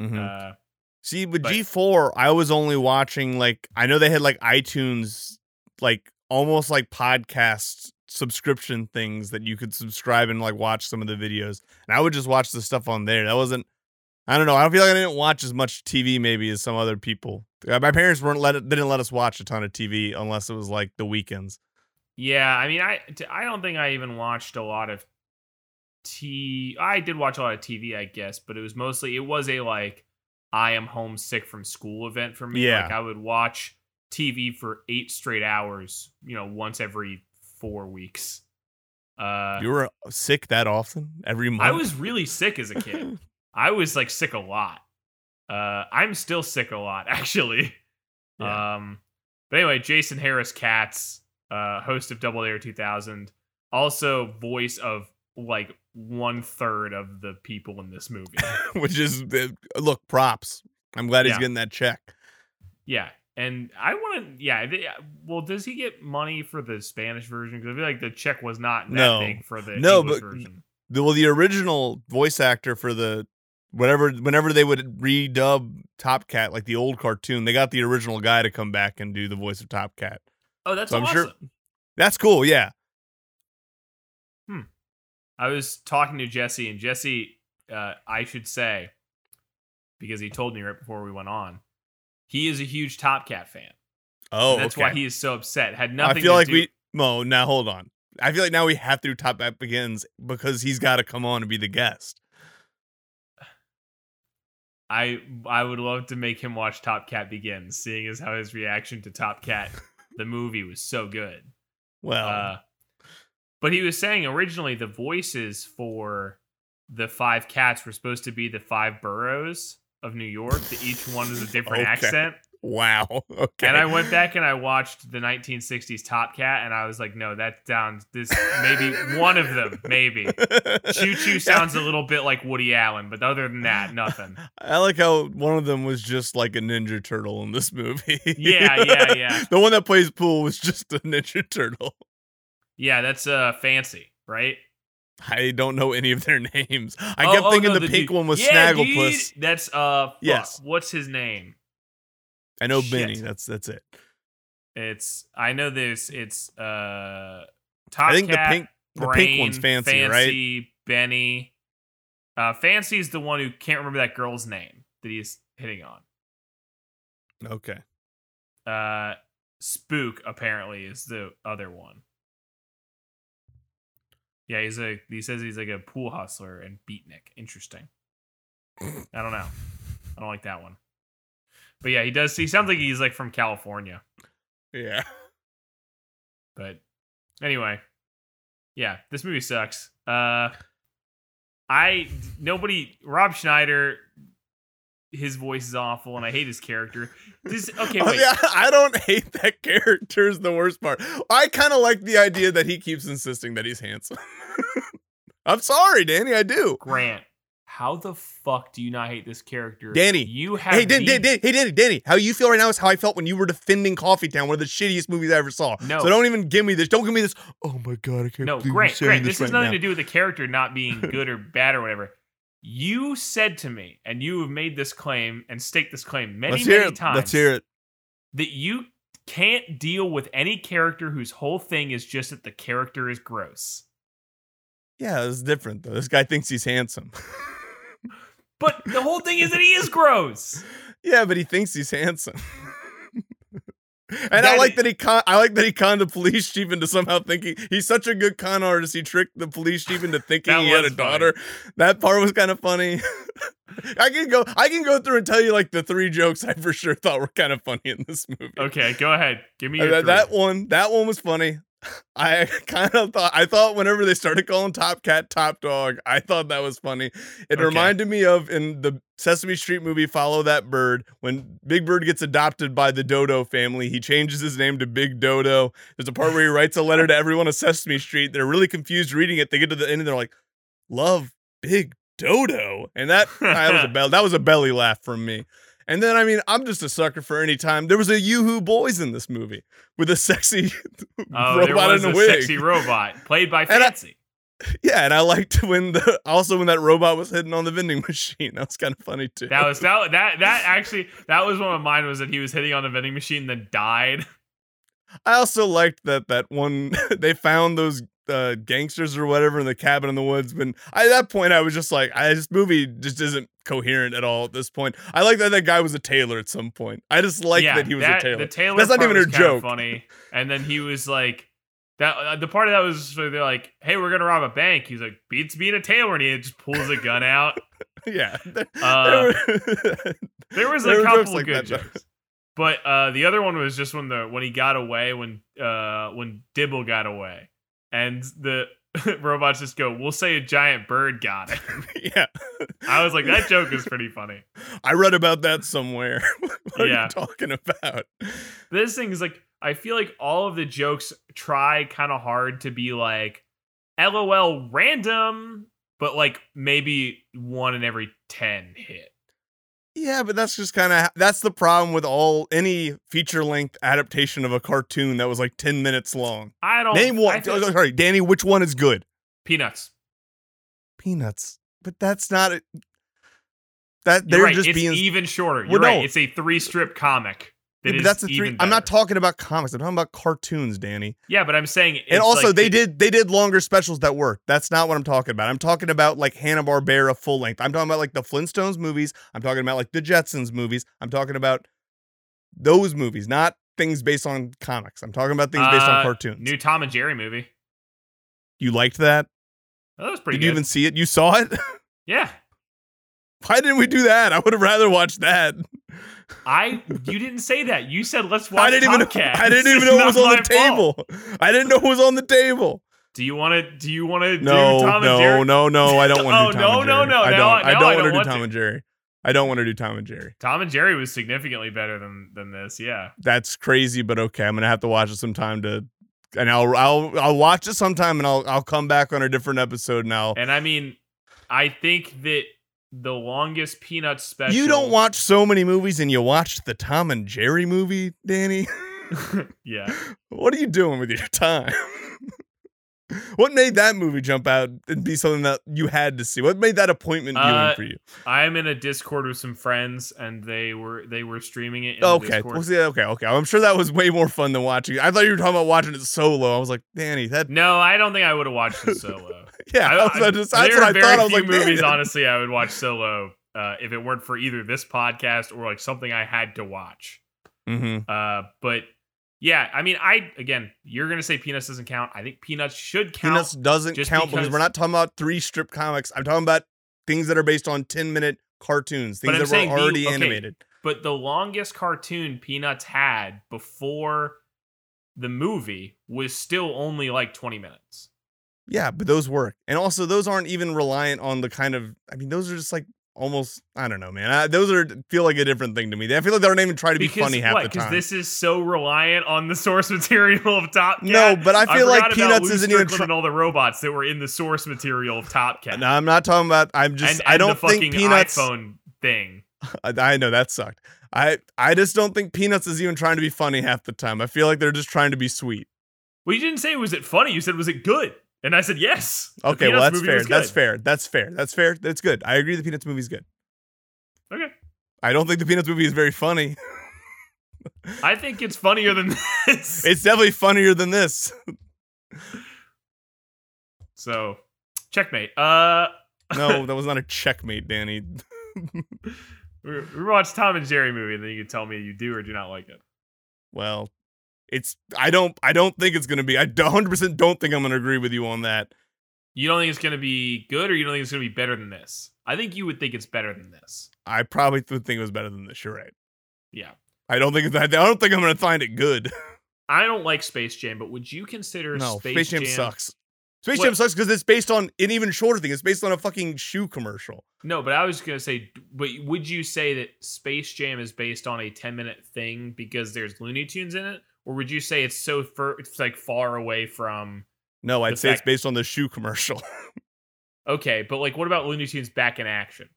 [SPEAKER 2] Mhm.
[SPEAKER 1] Uh,
[SPEAKER 2] See, with
[SPEAKER 1] But-
[SPEAKER 2] G4, I was only watching like I know they had like iTunes, like almost like podcast subscription things that you could subscribe and like watch some of the videos. And I would just watch the stuff on there. That wasn't I don't know. I feel like I didn't watch as much TV maybe as some other people. Uh, My parents weren't let didn't let us watch a ton of TV unless it was like the weekends.
[SPEAKER 1] Yeah, I mean, I t- I don't think I even watched a lot of T. I did watch a lot of TV, I guess, but it was mostly it was a like I am homesick from school event for me.
[SPEAKER 2] Yeah.
[SPEAKER 1] Like I would watch TV for eight straight hours, you know, once every four weeks. Uh,
[SPEAKER 2] You were sick that often every month.
[SPEAKER 1] I was really sick as a kid. I was like sick a lot. Uh, I'm still sick a lot, actually.
[SPEAKER 2] Yeah.
[SPEAKER 1] Um, but anyway, Jason Harris Katz, uh, host of Double Dare 2000, also voice of like one third of the people in this movie.
[SPEAKER 2] which is uh, look props. I'm glad he's
[SPEAKER 1] Yeah.
[SPEAKER 2] getting that check.
[SPEAKER 1] yeah, and I want to. Yeah, they, uh, well, does he get money for the Spanish version? Because I feel like the check was not that
[SPEAKER 2] No.
[SPEAKER 1] big for the
[SPEAKER 2] No,
[SPEAKER 1] English
[SPEAKER 2] but-
[SPEAKER 1] version.
[SPEAKER 2] the well the original voice actor for the whatever whenever they would redub Top Cat like the old cartoon, they got the original guy to come back and do the voice of Top Cat.
[SPEAKER 1] Oh, that's
[SPEAKER 2] so I'm
[SPEAKER 1] awesome.
[SPEAKER 2] sure- That's cool, yeah.
[SPEAKER 1] I was talking to Jesse, and Jesse, uh, I should say, because he told me right before we went on, he is a huge Top Cat fan.
[SPEAKER 2] Oh,
[SPEAKER 1] And that's
[SPEAKER 2] okay.
[SPEAKER 1] why he is so upset. Had
[SPEAKER 2] I
[SPEAKER 1] nothing.
[SPEAKER 2] feel
[SPEAKER 1] to
[SPEAKER 2] like
[SPEAKER 1] do-
[SPEAKER 2] we Mo, now hold on. I feel like now we have to do Top Cat Begins because he's got to come on and be the guest.
[SPEAKER 1] I I would love to make him watch Top Cat Begins, seeing as how his reaction to Top Cat the movie was so good.
[SPEAKER 2] Well,
[SPEAKER 1] Uh, but he was saying originally the voices for the five cats were supposed to be the five boroughs of New York. That each one is a different
[SPEAKER 2] Okay.
[SPEAKER 1] accent.
[SPEAKER 2] wow. Okay.
[SPEAKER 1] And I went back and I watched the 1960s Top Cat, and I was like, no, that sounds this maybe one of them, maybe. Choo Choo sounds a little bit like Woody Allen, but other than that, nothing.
[SPEAKER 2] I like how one of them was just like a Ninja Turtle in this movie.
[SPEAKER 1] Yeah, yeah, yeah.
[SPEAKER 2] the one that plays pool was just a Ninja Turtle.
[SPEAKER 1] Yeah, that's uh fancy, right?
[SPEAKER 2] I don't know any of their names. I
[SPEAKER 1] Oh,
[SPEAKER 2] kept
[SPEAKER 1] oh,
[SPEAKER 2] thinking
[SPEAKER 1] no,
[SPEAKER 2] the,
[SPEAKER 1] the
[SPEAKER 2] pink
[SPEAKER 1] dude-
[SPEAKER 2] one was
[SPEAKER 1] Yeah,
[SPEAKER 2] Snagglepuss.
[SPEAKER 1] dude, that's uh fuck,
[SPEAKER 2] Yes.
[SPEAKER 1] what's his name?
[SPEAKER 2] I know
[SPEAKER 1] Shit.
[SPEAKER 2] Benny. That's that's it.
[SPEAKER 1] It's I know there's it's uh Top
[SPEAKER 2] I think
[SPEAKER 1] Cat,
[SPEAKER 2] the pink the pink one's
[SPEAKER 1] Brain,
[SPEAKER 2] fancy, right?
[SPEAKER 1] Benny. Uh Fancy's the one who can't remember that girl's name that he's hitting on.
[SPEAKER 2] Okay.
[SPEAKER 1] Uh Spook apparently is the other one. Yeah, he's a he says he's like a pool hustler and beatnik. Interesting. I don't know. I don't like that one. But yeah, he does he sounds like he's like from California.
[SPEAKER 2] Yeah.
[SPEAKER 1] But anyway, yeah, this movie sucks. Uh, I nobody Rob Schneider, his voice is awful, and I hate his character. This okay,
[SPEAKER 2] Oh,
[SPEAKER 1] wait,
[SPEAKER 2] yeah, I don't hate that character is the worst part. I kind of like the idea that he keeps insisting that he's handsome. I'm sorry, Danny, I do.
[SPEAKER 1] Grant, how the fuck do you not hate this character?
[SPEAKER 2] Danny.
[SPEAKER 1] you have
[SPEAKER 2] Hey, Danny,
[SPEAKER 1] the-
[SPEAKER 2] Danny, Danny, hey, Danny, Danny, how you feel right now is how I felt when you were defending Coffee Town, one of the shittiest movies I ever saw.
[SPEAKER 1] No.
[SPEAKER 2] So don't even give me this. Don't give me this. Oh my god, I can't
[SPEAKER 1] no,
[SPEAKER 2] believe you're
[SPEAKER 1] Grant,
[SPEAKER 2] saying
[SPEAKER 1] Grant. This, has
[SPEAKER 2] right
[SPEAKER 1] nothing
[SPEAKER 2] now.
[SPEAKER 1] to do with the character not being good or bad or whatever. You said to me, and you have made this claim and staked this claim many,
[SPEAKER 2] Let's hear
[SPEAKER 1] many
[SPEAKER 2] it.
[SPEAKER 1] times.
[SPEAKER 2] Let's hear it.
[SPEAKER 1] that you can't deal with any character whose whole thing is just that the character is gross.
[SPEAKER 2] Yeah, it's different though. This guy thinks he's handsome.
[SPEAKER 1] But the whole thing is that he is gross.
[SPEAKER 2] yeah, but he thinks he's handsome. and I
[SPEAKER 1] That
[SPEAKER 2] like
[SPEAKER 1] is-
[SPEAKER 2] that he con- I like that he conned the police chief into somehow thinking he's such a good con artist. He tricked the police chief into thinking
[SPEAKER 1] That
[SPEAKER 2] he had a
[SPEAKER 1] was funny.
[SPEAKER 2] daughter. That part was kind of funny. I can go I can go through and tell you like the three jokes I for sure thought were kind of funny in this movie.
[SPEAKER 1] Okay, go ahead. Give me
[SPEAKER 2] Uh,
[SPEAKER 1] your
[SPEAKER 2] that,
[SPEAKER 1] three.
[SPEAKER 2] that one that one was funny i kind of thought i thought whenever they started calling top cat top dog i thought that was funny it
[SPEAKER 1] Okay.
[SPEAKER 2] reminded me of in the sesame street movie follow that bird when big bird gets adopted by the dodo family he changes his name to big dodo there's a part where he writes a letter to everyone on sesame street they're really confused reading it they get to the end and they're like love big dodo and that that was a bell that was a belly laugh from me and then I mean I'm just a sucker for any time there was a yoo-hoo boys in this movie with a sexy
[SPEAKER 1] Oh, there
[SPEAKER 2] robot
[SPEAKER 1] was
[SPEAKER 2] in a,
[SPEAKER 1] a
[SPEAKER 2] wig.
[SPEAKER 1] sexy robot played by
[SPEAKER 2] And I-
[SPEAKER 1] Fancy.
[SPEAKER 2] Yeah, and I liked when the also when that robot was hidden on the vending machine. That was kind of funny too.
[SPEAKER 1] that was that, that that actually that was one of mine was that he was hitting on the vending machine and then died.
[SPEAKER 2] I also liked that that one they found those uh, gangsters or whatever in the cabin in the woods. But at that point, I was just like, I, this movie just isn't coherent at all. At this point, I like that that guy was a tailor at some point. I just like
[SPEAKER 1] yeah,
[SPEAKER 2] that he was a tailor.
[SPEAKER 1] The Taylor
[SPEAKER 2] That's not
[SPEAKER 1] part
[SPEAKER 2] even a
[SPEAKER 1] was kinda
[SPEAKER 2] joke.
[SPEAKER 1] Funny, and then he was like, "That uh, the part of that was so they're like, hey, we're gonna rob a bank.' He's like, beats being a tailor, and he just pulls a gun out.
[SPEAKER 2] yeah. There-
[SPEAKER 1] Uh,
[SPEAKER 2] there were-
[SPEAKER 1] There was
[SPEAKER 2] There
[SPEAKER 1] a
[SPEAKER 2] were
[SPEAKER 1] couple
[SPEAKER 2] jokes like
[SPEAKER 1] good
[SPEAKER 2] that, though.
[SPEAKER 1] jokes. But uh, the other one was just when the when he got away when uh, when Dibble got away, and the robots just go, "We'll say a giant bird got it."
[SPEAKER 2] yeah.
[SPEAKER 1] I was like, that joke is pretty funny.
[SPEAKER 2] I read about that somewhere. what are
[SPEAKER 1] Yeah.
[SPEAKER 2] you talking about?
[SPEAKER 1] This thing is like, I feel like all of the jokes try kind of hard to be like, "LOL, random," but like maybe one in every ten hit.
[SPEAKER 2] Yeah, but that's just kind of that's the problem with all any feature length adaptation of a cartoon that was like 10 minutes long.
[SPEAKER 1] I don't
[SPEAKER 2] Name
[SPEAKER 1] I
[SPEAKER 2] one.
[SPEAKER 1] feel-
[SPEAKER 2] oh, sorry, Danny, which one is good?
[SPEAKER 1] peanuts.
[SPEAKER 2] Peanuts. But that's not a, that
[SPEAKER 1] You're
[SPEAKER 2] they're
[SPEAKER 1] right.
[SPEAKER 2] just
[SPEAKER 1] it's
[SPEAKER 2] being
[SPEAKER 1] even shorter.
[SPEAKER 2] Well,
[SPEAKER 1] You're right.
[SPEAKER 2] no.
[SPEAKER 1] It's a three strip comic. That
[SPEAKER 2] Yeah, but
[SPEAKER 1] is
[SPEAKER 2] that's the three.
[SPEAKER 1] even
[SPEAKER 2] I'm not
[SPEAKER 1] better.
[SPEAKER 2] talking about comics. I'm talking about cartoons, Danny.
[SPEAKER 1] Yeah, but I'm saying.
[SPEAKER 2] and
[SPEAKER 1] it's
[SPEAKER 2] also,
[SPEAKER 1] like-
[SPEAKER 2] they did they did longer specials that worked. That's not what I'm talking about. I'm talking about like Hanna Barbera full length. I'm talking about like the Flintstones movies. I'm talking about like the Jetsons movies. I'm talking about those movies, not things based on comics. I'm talking about things based
[SPEAKER 1] Uh,
[SPEAKER 2] on cartoons.
[SPEAKER 1] New Tom and Jerry movie.
[SPEAKER 2] you liked that?
[SPEAKER 1] That was pretty
[SPEAKER 2] did
[SPEAKER 1] good.
[SPEAKER 2] you even see it? You saw it?
[SPEAKER 1] yeah,
[SPEAKER 2] Why didn't we do that? I would have rather watched that.
[SPEAKER 1] I. You didn't say that. You said let's watch.
[SPEAKER 2] I didn't even
[SPEAKER 1] Tomcat."
[SPEAKER 2] I didn't
[SPEAKER 1] This
[SPEAKER 2] even
[SPEAKER 1] is
[SPEAKER 2] know it
[SPEAKER 1] not
[SPEAKER 2] was on
[SPEAKER 1] my
[SPEAKER 2] the
[SPEAKER 1] fault.
[SPEAKER 2] table. I didn't know it was on the table.
[SPEAKER 1] Do you want to? Do you want to do
[SPEAKER 2] No,
[SPEAKER 1] Tom and
[SPEAKER 2] no,
[SPEAKER 1] Jerry?
[SPEAKER 2] no, no. I don't want to do
[SPEAKER 1] Oh,
[SPEAKER 2] Tom and
[SPEAKER 1] no,
[SPEAKER 2] Jerry.
[SPEAKER 1] no, no,
[SPEAKER 2] I
[SPEAKER 1] now
[SPEAKER 2] don't.
[SPEAKER 1] I-
[SPEAKER 2] I
[SPEAKER 1] now
[SPEAKER 2] don't
[SPEAKER 1] I
[SPEAKER 2] want to
[SPEAKER 1] don't
[SPEAKER 2] do
[SPEAKER 1] want
[SPEAKER 2] Tom
[SPEAKER 1] to.
[SPEAKER 2] and Jerry. I don't want to do Tom and Jerry.
[SPEAKER 1] Tom and Jerry was significantly better than than this. Yeah.
[SPEAKER 2] That's crazy, but okay. I'm gonna have to watch it sometime to, and I'll I'll I'll watch it sometime, and I'll I'll come back on a different episode now.
[SPEAKER 1] And I mean, I think that the longest Peanuts special.
[SPEAKER 2] You don't watch so many movies, and you watched the Tom and Jerry movie, Danny.
[SPEAKER 1] yeah.
[SPEAKER 2] what are you doing with your time? what made that movie jump out and be something that you had to see? What made that appointment viewing
[SPEAKER 1] Uh,
[SPEAKER 2] for you?
[SPEAKER 1] I'm in a Discord with some friends, and they were they were streaming it. In the
[SPEAKER 2] Okay,
[SPEAKER 1] Discord.
[SPEAKER 2] well, see, okay, okay. I'm sure that was way more fun than watching. it. I thought you were talking about watching it solo. I was like, Danny, that
[SPEAKER 1] No, I don't think I would have watched it solo.
[SPEAKER 2] yeah. I, was
[SPEAKER 1] I-
[SPEAKER 2] about to- that's
[SPEAKER 1] there
[SPEAKER 2] what
[SPEAKER 1] are
[SPEAKER 2] I
[SPEAKER 1] very
[SPEAKER 2] thought. I was
[SPEAKER 1] few
[SPEAKER 2] like,
[SPEAKER 1] movies,
[SPEAKER 2] "Man."
[SPEAKER 1] honestly, I would watch solo uh, if it weren't for either this podcast or like something I had to watch.
[SPEAKER 2] Mhm.
[SPEAKER 1] Uh, but yeah, I mean, I again, you're gonna say Peanuts doesn't count. I think Peanuts should count.
[SPEAKER 2] Peanuts doesn't
[SPEAKER 1] just
[SPEAKER 2] count because,
[SPEAKER 1] because-
[SPEAKER 2] we're not talking about three strip comics. I'm talking about things that are based on 10 minute cartoons,
[SPEAKER 1] But
[SPEAKER 2] things
[SPEAKER 1] I'm
[SPEAKER 2] that
[SPEAKER 1] saying
[SPEAKER 2] were
[SPEAKER 1] the-
[SPEAKER 2] already
[SPEAKER 1] okay.
[SPEAKER 2] animated.
[SPEAKER 1] but the longest cartoon Peanuts had before the movie was still only like 20 minutes.
[SPEAKER 2] Yeah, but those work. And also, those aren't even reliant on the kind of. I mean, those are just like almost. I don't know, man. I, those are feel like a different thing to me. I feel like they don't even try to be funny half the
[SPEAKER 1] Because
[SPEAKER 2] time.
[SPEAKER 1] this is so reliant on the source material of Top Cat.
[SPEAKER 2] No, but I feel like
[SPEAKER 1] forgot about
[SPEAKER 2] Peanuts
[SPEAKER 1] Lou
[SPEAKER 2] isn't even
[SPEAKER 1] Strickland
[SPEAKER 2] try-
[SPEAKER 1] and all the robots that were in the source material of Top Cat.
[SPEAKER 2] no, I'm not talking about. I'm just.
[SPEAKER 1] and,
[SPEAKER 2] I
[SPEAKER 1] and the
[SPEAKER 2] don't
[SPEAKER 1] fucking
[SPEAKER 2] think peanuts.
[SPEAKER 1] iPhone thing.
[SPEAKER 2] I, I know that sucked. I I just don't think peanuts is even trying to be funny half the time. I feel like they're just trying to be sweet.
[SPEAKER 1] Well, you didn't say was it funny. You said was it good, and I said yes. The
[SPEAKER 2] Okay, well
[SPEAKER 1] Peanuts
[SPEAKER 2] that's
[SPEAKER 1] movie
[SPEAKER 2] fair.
[SPEAKER 1] was
[SPEAKER 2] That's
[SPEAKER 1] good.
[SPEAKER 2] fair. That's fair. That's fair. That's good. I agree. The peanuts movie's good.
[SPEAKER 1] Okay,
[SPEAKER 2] I don't think the peanuts movie is very funny.
[SPEAKER 1] I think it's funnier than this.
[SPEAKER 2] It's definitely funnier than this.
[SPEAKER 1] so, checkmate. Uh,
[SPEAKER 2] No, that was not a checkmate, Danny.
[SPEAKER 1] we we watched Tom and Jerry movie, and then you can tell me you do or do not like it.
[SPEAKER 2] Well, it's I don't I don't think it's gonna be. I 100 percent don't think I'm gonna agree with you on that.
[SPEAKER 1] You don't think it's gonna be good, or you don't think it's gonna be better than this? I think you would think it's better than this.
[SPEAKER 2] I probably would think it was better than this. You're right.
[SPEAKER 1] Yeah.
[SPEAKER 2] I don't think I don't think I'm gonna find it good.
[SPEAKER 1] I don't like Space Jam, but would you consider
[SPEAKER 2] No,
[SPEAKER 1] Space,
[SPEAKER 2] Space Jam, sucks. Space
[SPEAKER 1] What-
[SPEAKER 2] Jam sucks because it's based on an even shorter thing. It's based on a fucking shoe commercial.
[SPEAKER 1] No, but I was gonna say, but would you say that Space Jam is based on a ten-minute thing because there's Looney Tunes in it, or would you say it's so far, it's like far away from?
[SPEAKER 2] No, I'd
[SPEAKER 1] The
[SPEAKER 2] say it's
[SPEAKER 1] fact-
[SPEAKER 2] based on the shoe commercial.
[SPEAKER 1] Okay, but like, what about Looney Tunes back in action?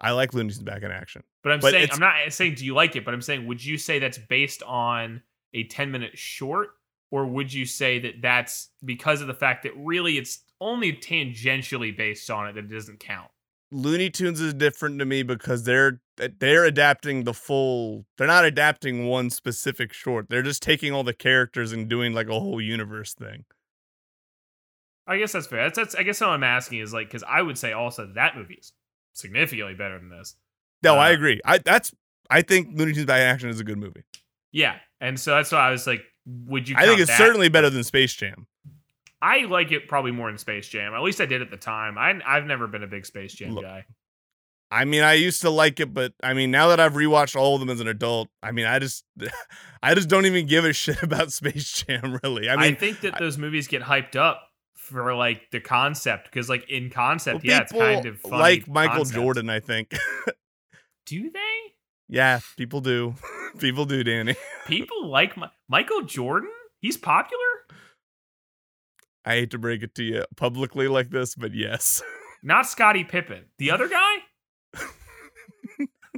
[SPEAKER 2] I like Looney Tunes back in action.
[SPEAKER 1] But I'm
[SPEAKER 2] But
[SPEAKER 1] saying,
[SPEAKER 2] it's-
[SPEAKER 1] I'm not saying do you like it, but I'm saying, would you say that's based on a ten-minute short, or would you say that that's because of the fact that really it's only tangentially based on it that it doesn't count?
[SPEAKER 2] Looney Tunes is different to me because they're eh, they're adapting the full. They're not adapting one specific short. They're just taking all the characters and doing like a whole universe thing.
[SPEAKER 1] I guess that's fair. That's, that's I guess what I'm asking is like because I would say also that movie is significantly better than this.
[SPEAKER 2] No, I
[SPEAKER 1] Uh,
[SPEAKER 2] agree. I that's I think Looney Tunes Back in Action is a good movie.
[SPEAKER 1] Yeah, and so that's why I was like, would you?
[SPEAKER 2] I think
[SPEAKER 1] count
[SPEAKER 2] it's
[SPEAKER 1] that?
[SPEAKER 2] certainly better than Space Jam.
[SPEAKER 1] I like it probably more than Space Jam. At least I did at the time. I I've never been a big Space Jam
[SPEAKER 2] Look.
[SPEAKER 1] guy.
[SPEAKER 2] I mean, I used to like it, but I mean, now that I've rewatched all of them as an adult, I mean, I just, I just don't even give a shit about Space Jam. Really, I
[SPEAKER 1] I,
[SPEAKER 2] mean,
[SPEAKER 1] think that those movies get hyped up for like the concept because like in concept,
[SPEAKER 2] well,
[SPEAKER 1] yeah, it's kind of funny
[SPEAKER 2] like Michael
[SPEAKER 1] concept.
[SPEAKER 2] Jordan. I think,
[SPEAKER 1] Do they?
[SPEAKER 2] yeah, people do, people do, Danny.
[SPEAKER 1] People like Mi- Michael Jordan. He's popular.
[SPEAKER 2] I hate to break it to you publicly like this, but yes,
[SPEAKER 1] Not Scottie Pippen. The other guy.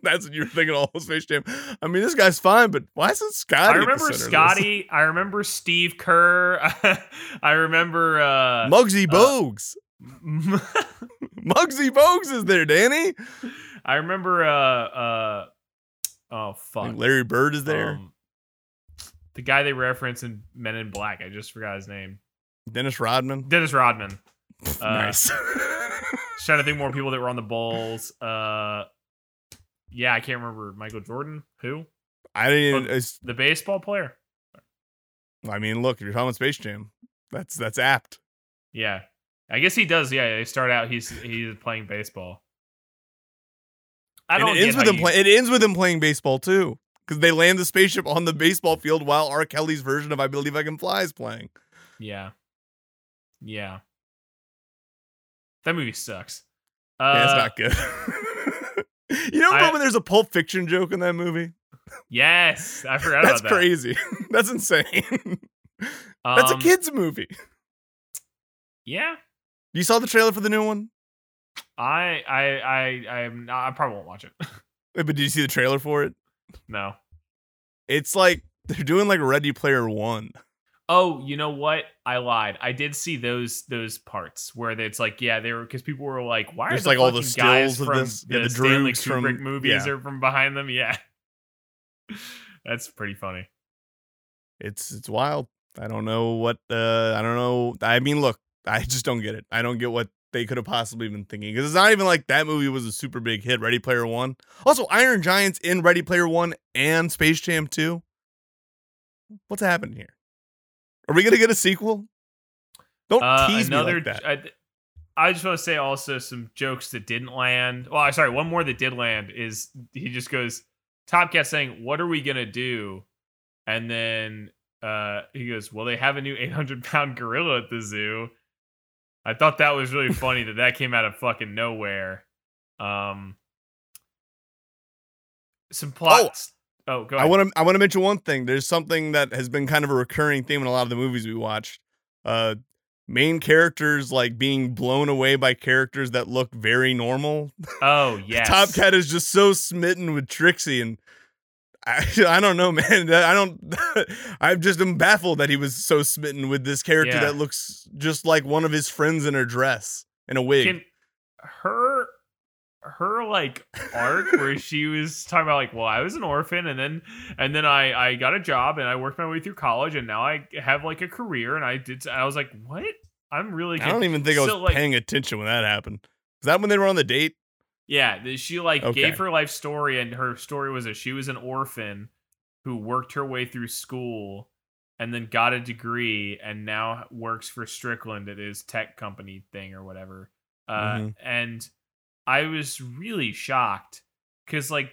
[SPEAKER 2] that's what you're thinking. All of Space Jam. I mean, this guy's fine, but why isn't Scotty?
[SPEAKER 1] I
[SPEAKER 2] at the
[SPEAKER 1] remember
[SPEAKER 2] center of this?
[SPEAKER 1] Scotty. I remember Steve Kerr. I remember. uh
[SPEAKER 2] Muggsy Bogues.
[SPEAKER 1] m-
[SPEAKER 2] Muggsy Bogues is there, Danny.
[SPEAKER 1] I remember. uh uh Oh
[SPEAKER 2] I
[SPEAKER 1] fuck!
[SPEAKER 2] think Larry Bird is there.
[SPEAKER 1] Um, the guy they reference in Men in Black. I just forgot his name.
[SPEAKER 2] Dennis Rodman.
[SPEAKER 1] Dennis Rodman. Uh,
[SPEAKER 2] nice.
[SPEAKER 1] Just Trying to think more people that were on the Bulls. Uh, yeah, I can't remember Michael Jordan. Who?
[SPEAKER 2] I didn't. Even, it's-
[SPEAKER 1] The baseball player.
[SPEAKER 2] I mean, look, if you're talking about Space Jam, that's that's apt.
[SPEAKER 1] Yeah, I guess he does. Yeah, they start out. He's he's playing baseball. I don't.
[SPEAKER 2] and it
[SPEAKER 1] get
[SPEAKER 2] ends
[SPEAKER 1] how
[SPEAKER 2] with him
[SPEAKER 1] you-
[SPEAKER 2] play, It ends with him playing baseball too, because they land the spaceship on the baseball field while R. Kelly's version of "I Believe I Can Fly" is playing.
[SPEAKER 1] Yeah. Yeah. That movie sucks. Uh,
[SPEAKER 2] yeah, it's not good. You know,
[SPEAKER 1] I-
[SPEAKER 2] Roman, there's a Pulp Fiction joke in that movie.
[SPEAKER 1] Yes, I forgot
[SPEAKER 2] That's
[SPEAKER 1] about that.
[SPEAKER 2] crazy. That's insane. That's a
[SPEAKER 1] Um,
[SPEAKER 2] kids movie.
[SPEAKER 1] Yeah,
[SPEAKER 2] You saw the trailer for the new one?
[SPEAKER 1] I, I, I, I'm. Not, I probably won't watch it.
[SPEAKER 2] Wait, But did you see the trailer for it?
[SPEAKER 1] no.
[SPEAKER 2] It's like they're doing like Ready Player One.
[SPEAKER 1] Oh, you know what? I lied. I did see those those parts where it's like, yeah, they were because people were like, why
[SPEAKER 2] There's,
[SPEAKER 1] are the
[SPEAKER 2] like, all the
[SPEAKER 1] fucking guys
[SPEAKER 2] stills of
[SPEAKER 1] from
[SPEAKER 2] this-
[SPEAKER 1] the,
[SPEAKER 2] yeah, the
[SPEAKER 1] Stanley
[SPEAKER 2] droogs from-
[SPEAKER 1] Kubrick movies
[SPEAKER 2] yeah.
[SPEAKER 1] are from behind them? Yeah, that's pretty funny.
[SPEAKER 2] It's it's wild. I don't know what uh I don't know. I mean, look, I just don't get it. I don't get what they could have possibly been thinking because it's not even like that movie was a super big hit. Ready Player One. Also, Iron Giants in Ready Player One and Space Jam Two. What's happening here? Are we gonna get a sequel? Don't
[SPEAKER 1] Uh,
[SPEAKER 2] tease
[SPEAKER 1] another,
[SPEAKER 2] me like that.
[SPEAKER 1] I, I just want to say also some jokes that didn't land. Well, I- sorry, one more that did land is he just goes Top Cat saying, "What are we gonna do?" And then uh, he goes, "Well, they have a new 800 pound gorilla at the zoo." I thought that was really funny that that came out of fucking nowhere. Um, some plots. Oh, go
[SPEAKER 2] I
[SPEAKER 1] ahead.
[SPEAKER 2] want to I want to mention one thing. There's something that has been kind of a recurring theme in a lot of the movies we watched. Uh, main characters like being blown away by characters that look very normal.
[SPEAKER 1] oh, yes.
[SPEAKER 2] Top Cat is just so smitten with Trixie, and I I don't know, man. That- I don't. I'm just am baffled that he was so smitten with this character
[SPEAKER 1] Yeah.
[SPEAKER 2] that looks just like one of his friends in a dress and a wig.
[SPEAKER 1] Can her her like arc where she was talking about like, well, I was an orphan and then and then I I got a job and I worked my way through college and now I have like a career and I did I was like, what? I'm really
[SPEAKER 2] I don't even think I was
[SPEAKER 1] so, like-
[SPEAKER 2] paying attention when that happened. Is that when they were on the date?
[SPEAKER 1] Yeah, th- she like
[SPEAKER 2] Okay.
[SPEAKER 1] gave her life story, and her story was that she was an orphan who worked her way through school and then got a degree and now works for Strickland at his tech company thing or whatever. Uh,
[SPEAKER 2] Mhm.
[SPEAKER 1] And I was really shocked because, like,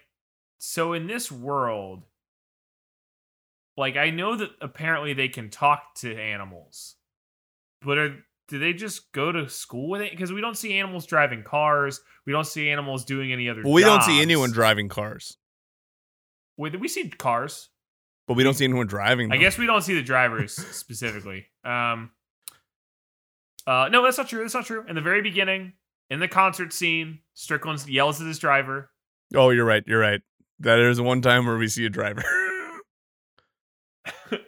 [SPEAKER 1] so in this world, like, I know that apparently they can talk to animals, but are do they just go to school with it? Because we don't see animals driving cars. We don't see animals doing any other.
[SPEAKER 2] Well, we don't see
[SPEAKER 1] jobs.
[SPEAKER 2] anyone driving cars,
[SPEAKER 1] Wait, we see cars.
[SPEAKER 2] but we don't see anyone driving.
[SPEAKER 1] I
[SPEAKER 2] them.
[SPEAKER 1] guess we don't see the drivers specifically. Um, uh, no, that's not true. That's not true. In the very beginning, in the concert scene, Strickland yells at his driver.
[SPEAKER 2] Oh, you're right. You're right. That is one time where we see a driver.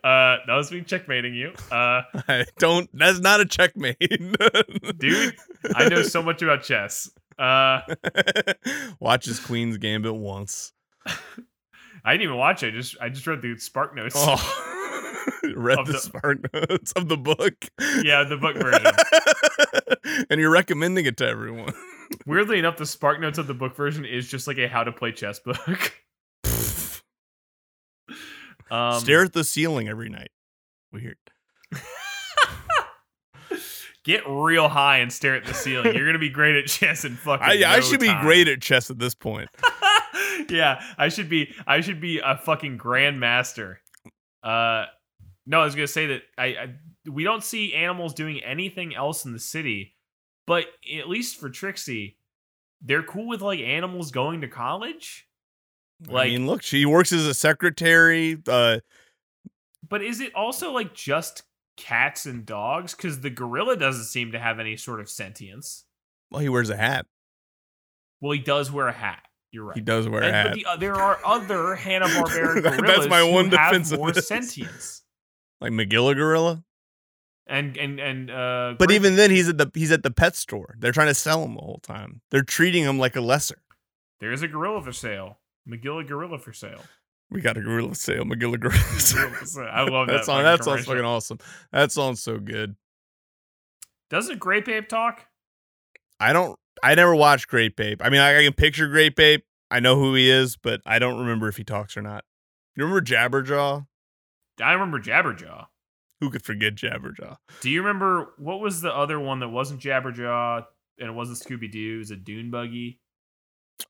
[SPEAKER 1] Uh, that was me checkmating you. Uh,
[SPEAKER 2] I don't. That's not a checkmate, dude.
[SPEAKER 1] I know so much about chess. Uh,
[SPEAKER 2] Watches Queen's Gambit once.
[SPEAKER 1] I didn't even watch it. I just I just read the spark notes.
[SPEAKER 2] Oh, read
[SPEAKER 1] Of
[SPEAKER 2] the,
[SPEAKER 1] the-
[SPEAKER 2] spark notes of the book.
[SPEAKER 1] Yeah, the book version.
[SPEAKER 2] and you're recommending it to everyone.
[SPEAKER 1] Weirdly enough, the spark notes of the book version is just like a how to play chess book. um,
[SPEAKER 2] Stare at the ceiling every night. Weird.
[SPEAKER 1] Get real high and stare at the ceiling. You're gonna be great at chess and fucking.
[SPEAKER 2] I, I
[SPEAKER 1] no
[SPEAKER 2] should
[SPEAKER 1] time.
[SPEAKER 2] be great at chess at this point.
[SPEAKER 1] yeah, I should be. I should be a fucking grandmaster. Uh, no, I was gonna say that I, I we don't see animals doing anything else in the city, but at least for Trixie, they're cool with like animals going to college.
[SPEAKER 2] I
[SPEAKER 1] Like-
[SPEAKER 2] mean, look, she works as a secretary. Uh,
[SPEAKER 1] But is it also like just cats and dogs? Because the gorilla doesn't seem to have any sort of sentience.
[SPEAKER 2] well, he wears a hat.
[SPEAKER 1] Well, he does wear a hat. You're right.
[SPEAKER 2] He does wear a
[SPEAKER 1] And-
[SPEAKER 2] hat.
[SPEAKER 1] But the, uh, there are other Hanna Barbera
[SPEAKER 2] That's
[SPEAKER 1] gorillas
[SPEAKER 2] my
[SPEAKER 1] who
[SPEAKER 2] one
[SPEAKER 1] have
[SPEAKER 2] defense of
[SPEAKER 1] more
[SPEAKER 2] this.
[SPEAKER 1] sentience.
[SPEAKER 2] like McGilla Gorilla.
[SPEAKER 1] And and and uh,
[SPEAKER 2] But
[SPEAKER 1] Griffin.
[SPEAKER 2] even then, he's at the he's at the pet store. They're trying to sell him the whole time. They're treating him like a lesser.
[SPEAKER 1] there is a gorilla for sale. McGilla gorilla for sale.
[SPEAKER 2] We got a gorilla sale, McGilla Gorilla. Sale.
[SPEAKER 1] Gorilla for sale. I love that.
[SPEAKER 2] that song.
[SPEAKER 1] fucking
[SPEAKER 2] That sounds
[SPEAKER 1] commercial.
[SPEAKER 2] fucking awesome. That sounds so good.
[SPEAKER 1] Doesn't Grape Ape talk?
[SPEAKER 2] I don't. I never watched Great Bape. I mean, I, I can picture Great Bape. I know who he is, but I don't remember if he talks or not. You remember Jabberjaw?
[SPEAKER 1] I remember Jabberjaw.
[SPEAKER 2] Who could forget Jabberjaw?
[SPEAKER 1] Do you remember what was the other one that wasn't Jabberjaw and it wasn't Scooby Doo? It was a Dune Buggy.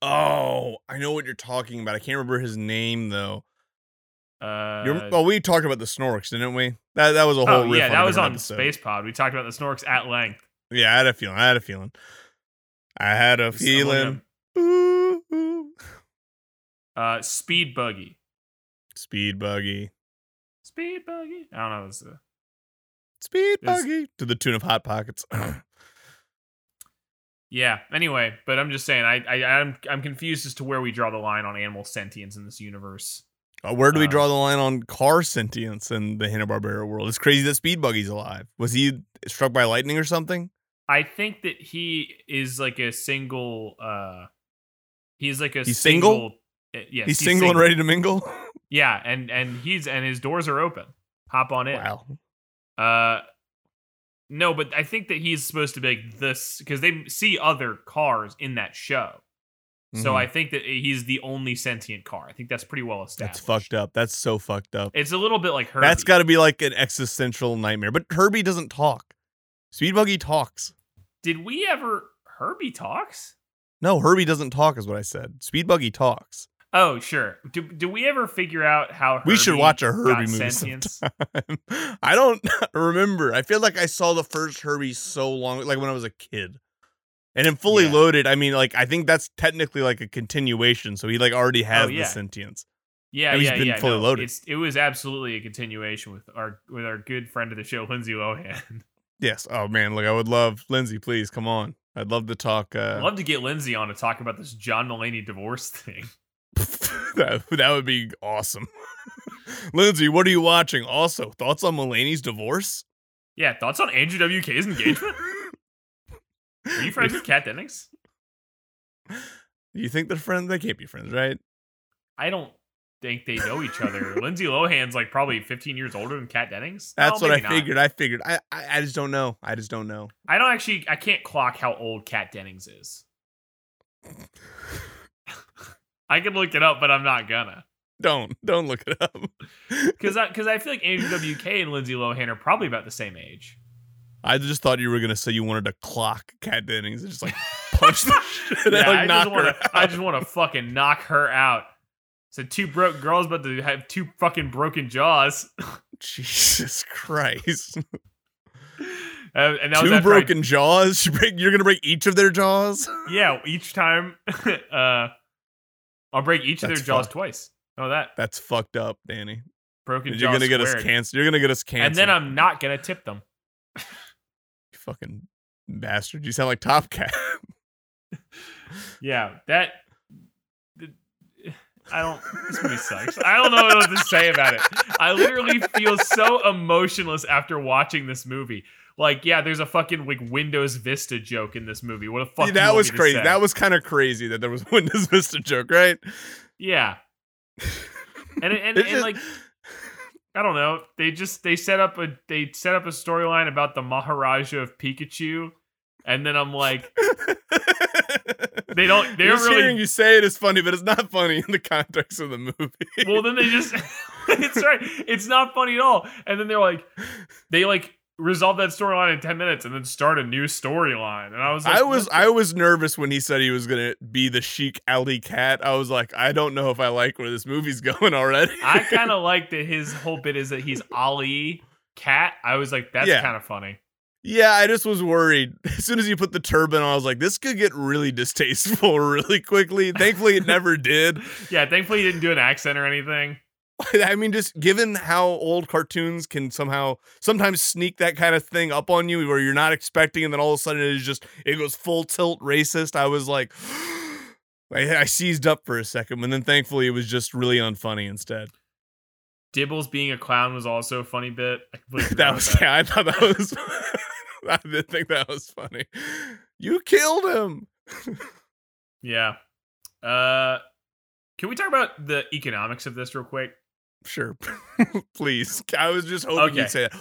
[SPEAKER 2] Oh, I know what you're talking about. I can't remember his name though.
[SPEAKER 1] Uh,
[SPEAKER 2] You rem- well, we talked about the Snorks, didn't we? That that was a whole
[SPEAKER 1] oh yeah,
[SPEAKER 2] riff
[SPEAKER 1] that
[SPEAKER 2] a
[SPEAKER 1] was
[SPEAKER 2] different
[SPEAKER 1] on
[SPEAKER 2] episode.
[SPEAKER 1] Space Pod. We talked about the Snorks at length.
[SPEAKER 2] Yeah, I had a feeling. I had a feeling. I had a
[SPEAKER 1] Someone
[SPEAKER 2] feeling. Ooh, ooh.
[SPEAKER 1] Uh, Speed Buggy.
[SPEAKER 2] Speed buggy.
[SPEAKER 1] Speed Buggy. I don't know. uh, It's a,
[SPEAKER 2] Speed
[SPEAKER 1] Is-
[SPEAKER 2] buggy. To the tune of Hot Pockets. Uh,
[SPEAKER 1] yeah. Anyway, but I'm just saying, I, I I'm I'm confused as to where we draw the line on animal sentience in this universe.
[SPEAKER 2] Uh, Where do we
[SPEAKER 1] Uh,
[SPEAKER 2] draw the line on car sentience in the Hanna Barbera world? It's crazy that Speed Buggy's alive. Was he struck by lightning or something?
[SPEAKER 1] I think that he is like a single. uh He's like a
[SPEAKER 2] He's
[SPEAKER 1] single.
[SPEAKER 2] single?
[SPEAKER 1] uh, yes,
[SPEAKER 2] he's, single and ready to mingle.
[SPEAKER 1] Yeah, and and he's and his doors are open. Hop on in.
[SPEAKER 2] wow.
[SPEAKER 1] Uh, no, but I think that he's supposed to be like this because they see other cars in that show. So
[SPEAKER 2] Mhm.
[SPEAKER 1] I think that he's the only sentient car. I think that's pretty well
[SPEAKER 2] that's
[SPEAKER 1] established.
[SPEAKER 2] fucked up. That's so fucked up.
[SPEAKER 1] It's a little bit like her.
[SPEAKER 2] That's got to be like an existential nightmare. But Herbie doesn't talk. Speed Buggy talks.
[SPEAKER 1] Did we ever Herbie talks?
[SPEAKER 2] No, Herbie doesn't talk is what I said. Speed Buggy talks.
[SPEAKER 1] Oh sure. Do, do we ever figure out how
[SPEAKER 2] we should
[SPEAKER 1] Herbie
[SPEAKER 2] watch a
[SPEAKER 1] got
[SPEAKER 2] Herbie movie
[SPEAKER 1] sentience?
[SPEAKER 2] sometime. I don't remember. I feel like I saw the first Herbie so long, like when I was a kid. And in Fully
[SPEAKER 1] Yeah.
[SPEAKER 2] Loaded, I mean, like I think that's technically like a continuation. So he like already has
[SPEAKER 1] Oh, yeah.
[SPEAKER 2] the sentience.
[SPEAKER 1] Yeah,
[SPEAKER 2] And he's
[SPEAKER 1] yeah,
[SPEAKER 2] been
[SPEAKER 1] yeah.
[SPEAKER 2] fully
[SPEAKER 1] no,
[SPEAKER 2] loaded.
[SPEAKER 1] It's, it was absolutely a continuation with our with our good friend of the show, Lindsay Lohan.
[SPEAKER 2] Yes. Oh man, look, I would love Lindsay. Please come on. I'd love to talk. Uh,
[SPEAKER 1] Love to get Lindsay on to talk about this John Mulaney divorce thing.
[SPEAKER 2] that that would be awesome. Lindsay, what are you watching? Also, thoughts on Mulaney's divorce?
[SPEAKER 1] Yeah, thoughts on Andrew WK's engagement? Are you friends with Kat Dennings?
[SPEAKER 2] You think they're friends? They can't be friends, right?
[SPEAKER 1] I don't think they know each other. Lindsay Lohan's like probably 15 years older than Kat Dennings. No,
[SPEAKER 2] That's what
[SPEAKER 1] maybe
[SPEAKER 2] I
[SPEAKER 1] not.
[SPEAKER 2] figured. I figured. I, I I just don't know. I just don't know.
[SPEAKER 1] I don't actually. I can't clock how old Kat Dennings is. I could look it up, but I'm not gonna
[SPEAKER 2] Don't don't look it up.
[SPEAKER 1] because I because I feel like Andrew WK and Lindsay Lohan are probably about the same age.
[SPEAKER 2] I just thought you were gonna say you wanted to clock Kat Dennings and just like punch the shit
[SPEAKER 1] Yeah,
[SPEAKER 2] out, like
[SPEAKER 1] I
[SPEAKER 2] knock
[SPEAKER 1] just
[SPEAKER 2] her
[SPEAKER 1] want to. I
[SPEAKER 2] out.
[SPEAKER 1] just want to fucking knock her out. So two broke girls about to have two fucking broken jaws,
[SPEAKER 2] Jesus Christ!
[SPEAKER 1] Uh, and that was
[SPEAKER 2] Two
[SPEAKER 1] after I
[SPEAKER 2] broken jaws. You break, you're gonna break each of their jaws.
[SPEAKER 1] Yeah, each time uh I'll break each of
[SPEAKER 2] That's
[SPEAKER 1] their jaws
[SPEAKER 2] fucked.
[SPEAKER 1] twice. Oh that
[SPEAKER 2] That's fucked up, Danny.
[SPEAKER 1] broken
[SPEAKER 2] You're
[SPEAKER 1] jaws
[SPEAKER 2] gonna get us
[SPEAKER 1] squared.
[SPEAKER 2] cancer. You're gonna get us cancer.
[SPEAKER 1] And then I'm not gonna tip them.
[SPEAKER 2] you fucking bastard. You sound like Top Cat.
[SPEAKER 1] Yeah, that I don't this movie sucks. I don't know what to say about it. I literally feel so emotionless after watching this movie. Like, yeah, there's a fucking like Windows Vista joke in this movie. What a fuck.
[SPEAKER 2] Yeah,
[SPEAKER 1] do you
[SPEAKER 2] that
[SPEAKER 1] want
[SPEAKER 2] was
[SPEAKER 1] me to
[SPEAKER 2] crazy.
[SPEAKER 1] say?
[SPEAKER 2] That was kind of crazy that there was a Windows Vista joke, right?
[SPEAKER 1] Yeah. And and, and,
[SPEAKER 2] It's just-
[SPEAKER 1] like I don't know. They just they set up a they set up a storyline about the Maharaja of Pikachu, and then I'm like, they don't. They're
[SPEAKER 2] Just hearing
[SPEAKER 1] really
[SPEAKER 2] you say it is funny, but it's not funny in the context of the movie.
[SPEAKER 1] well. Then they just it's right. It's not funny at all. And then they're like, they like resolve that storyline in ten minutes, and then start a new storyline. And I was like,
[SPEAKER 2] I was
[SPEAKER 1] what
[SPEAKER 2] I was nervous when he said he was gonna be the chic alley cat. I was like, I don't know if I like where this movie's going already.
[SPEAKER 1] the- I kind of like that his whole bit is that he's Ali Cat. I was like, that's
[SPEAKER 2] Yeah.
[SPEAKER 1] kind of funny.
[SPEAKER 2] yeah, I just was worried. As soon as you put the turban on, I was like, this could get really distasteful really quickly. Thankfully, it never did.
[SPEAKER 1] Yeah, thankfully he didn't do an accent or anything.
[SPEAKER 2] I mean, just given how old cartoons can somehow sometimes sneak that kind of thing up on you where you're not expecting, and then all of a sudden it is just it goes full tilt racist. I was like, I, I seized up for a second, and then thankfully it was just really unfunny instead.
[SPEAKER 1] Dibbles being a clown was also a funny bit. I completely forgot
[SPEAKER 2] That was
[SPEAKER 1] about
[SPEAKER 2] yeah, I thought that was. I did think that was funny. You killed him.
[SPEAKER 1] yeah. Uh, can we talk about the economics of this real quick?
[SPEAKER 2] Sure, please. I was just hoping
[SPEAKER 1] Okay.
[SPEAKER 2] you'd say that.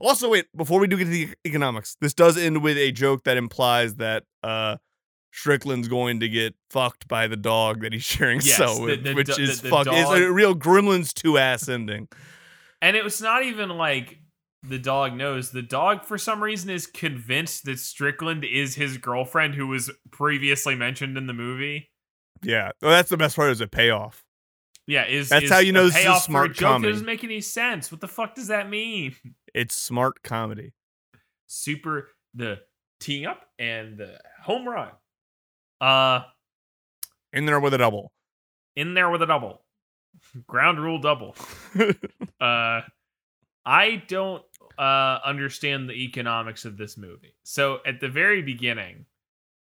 [SPEAKER 2] Also, wait, before we do get to the economics, this does end with a joke that implies that uh Strickland's going to get fucked by the dog that he's sharing
[SPEAKER 1] Yes,
[SPEAKER 2] cell
[SPEAKER 1] the-
[SPEAKER 2] with,
[SPEAKER 1] the
[SPEAKER 2] which
[SPEAKER 1] do-
[SPEAKER 2] is
[SPEAKER 1] the- the
[SPEAKER 2] fuck. It's
[SPEAKER 1] dog-
[SPEAKER 2] a real Gremlins two ass ending.
[SPEAKER 1] And it was not even like the dog knows. The dog, for some reason, is convinced that Strickland is his girlfriend, who was previously mentioned in the movie.
[SPEAKER 2] Yeah, well, that's the best part is a payoff.
[SPEAKER 1] Yeah, is
[SPEAKER 2] That's
[SPEAKER 1] is
[SPEAKER 2] how you know
[SPEAKER 1] a
[SPEAKER 2] this is a
[SPEAKER 1] payoff for
[SPEAKER 2] smart
[SPEAKER 1] joke that
[SPEAKER 2] comedy.
[SPEAKER 1] Doesn't make any sense. What the fuck does that mean?
[SPEAKER 2] It's smart comedy.
[SPEAKER 1] super the teeing up and the home run. Uh,
[SPEAKER 2] In there with a double.
[SPEAKER 1] in there with a double. Ground rule double. uh, I don't uh, understand the economics of this movie. So at the very beginning,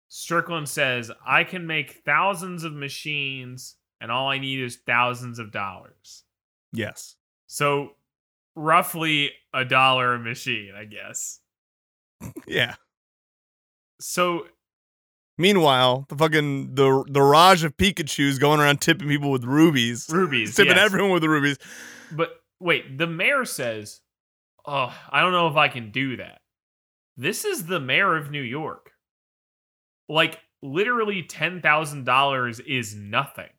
[SPEAKER 1] Strickland says, I can make thousands of machines, and all I need is thousands of dollars.
[SPEAKER 2] yes.
[SPEAKER 1] So roughly a dollar a machine, I guess.
[SPEAKER 2] Yeah.
[SPEAKER 1] So
[SPEAKER 2] Meanwhile, the fucking the the Raj of Pikachu's going around tipping people with rubies,
[SPEAKER 1] rubies.
[SPEAKER 2] tipping
[SPEAKER 1] yes.
[SPEAKER 2] everyone with rubies.
[SPEAKER 1] But wait, the mayor says, "Oh, I don't know if I can do that." This is the mayor of New York. Like literally $10,000 is nothing.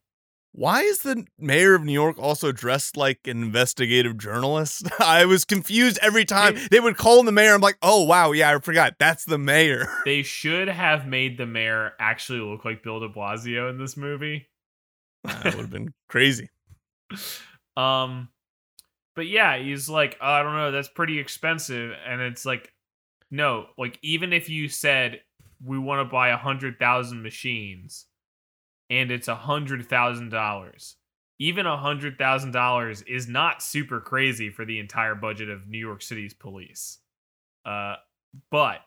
[SPEAKER 2] Why is the mayor of New York also dressed like an investigative journalist? I was confused every time they would call the mayor. I'm like, oh wow, yeah, I forgot. That's the mayor.
[SPEAKER 1] They should have made the mayor actually look like Bill de Blasio in this movie.
[SPEAKER 2] that would have been crazy.
[SPEAKER 1] Um but yeah, he's like, "Oh, I don't know, that's pretty expensive." And it's like, "No, like even if you said we want to buy a 100,000 machines and it's a $100,000, even a $100,000 is not super crazy for the entire budget of New York City's police." Uh but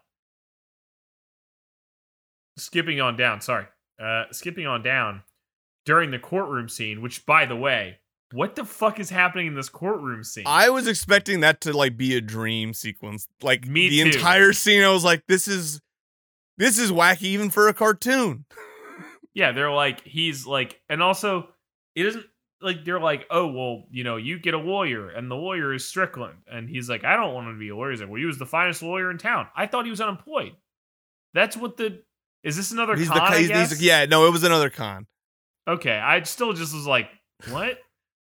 [SPEAKER 1] skipping on down, sorry. Uh skipping on down during the courtroom scene, which by the way, what the fuck is happening in this courtroom scene?
[SPEAKER 2] I was expecting that to like be a dream sequence. Like
[SPEAKER 1] Me
[SPEAKER 2] the
[SPEAKER 1] too.
[SPEAKER 2] entire scene, I was like, this is this is wacky even for a cartoon.
[SPEAKER 1] yeah, they're like he's like, and also it isn't like they're like, oh well, you know, you get a lawyer, and the lawyer is Strickland, and he's like, I don't want him to be a lawyer. He's like, well, he was the finest lawyer in town. I thought he was unemployed. That's what the is this another
[SPEAKER 2] He's
[SPEAKER 1] con?
[SPEAKER 2] the
[SPEAKER 1] I
[SPEAKER 2] he's- he's-
[SPEAKER 1] guess?
[SPEAKER 2] yeah, no, it was another con.
[SPEAKER 1] Okay, I still just was like, what?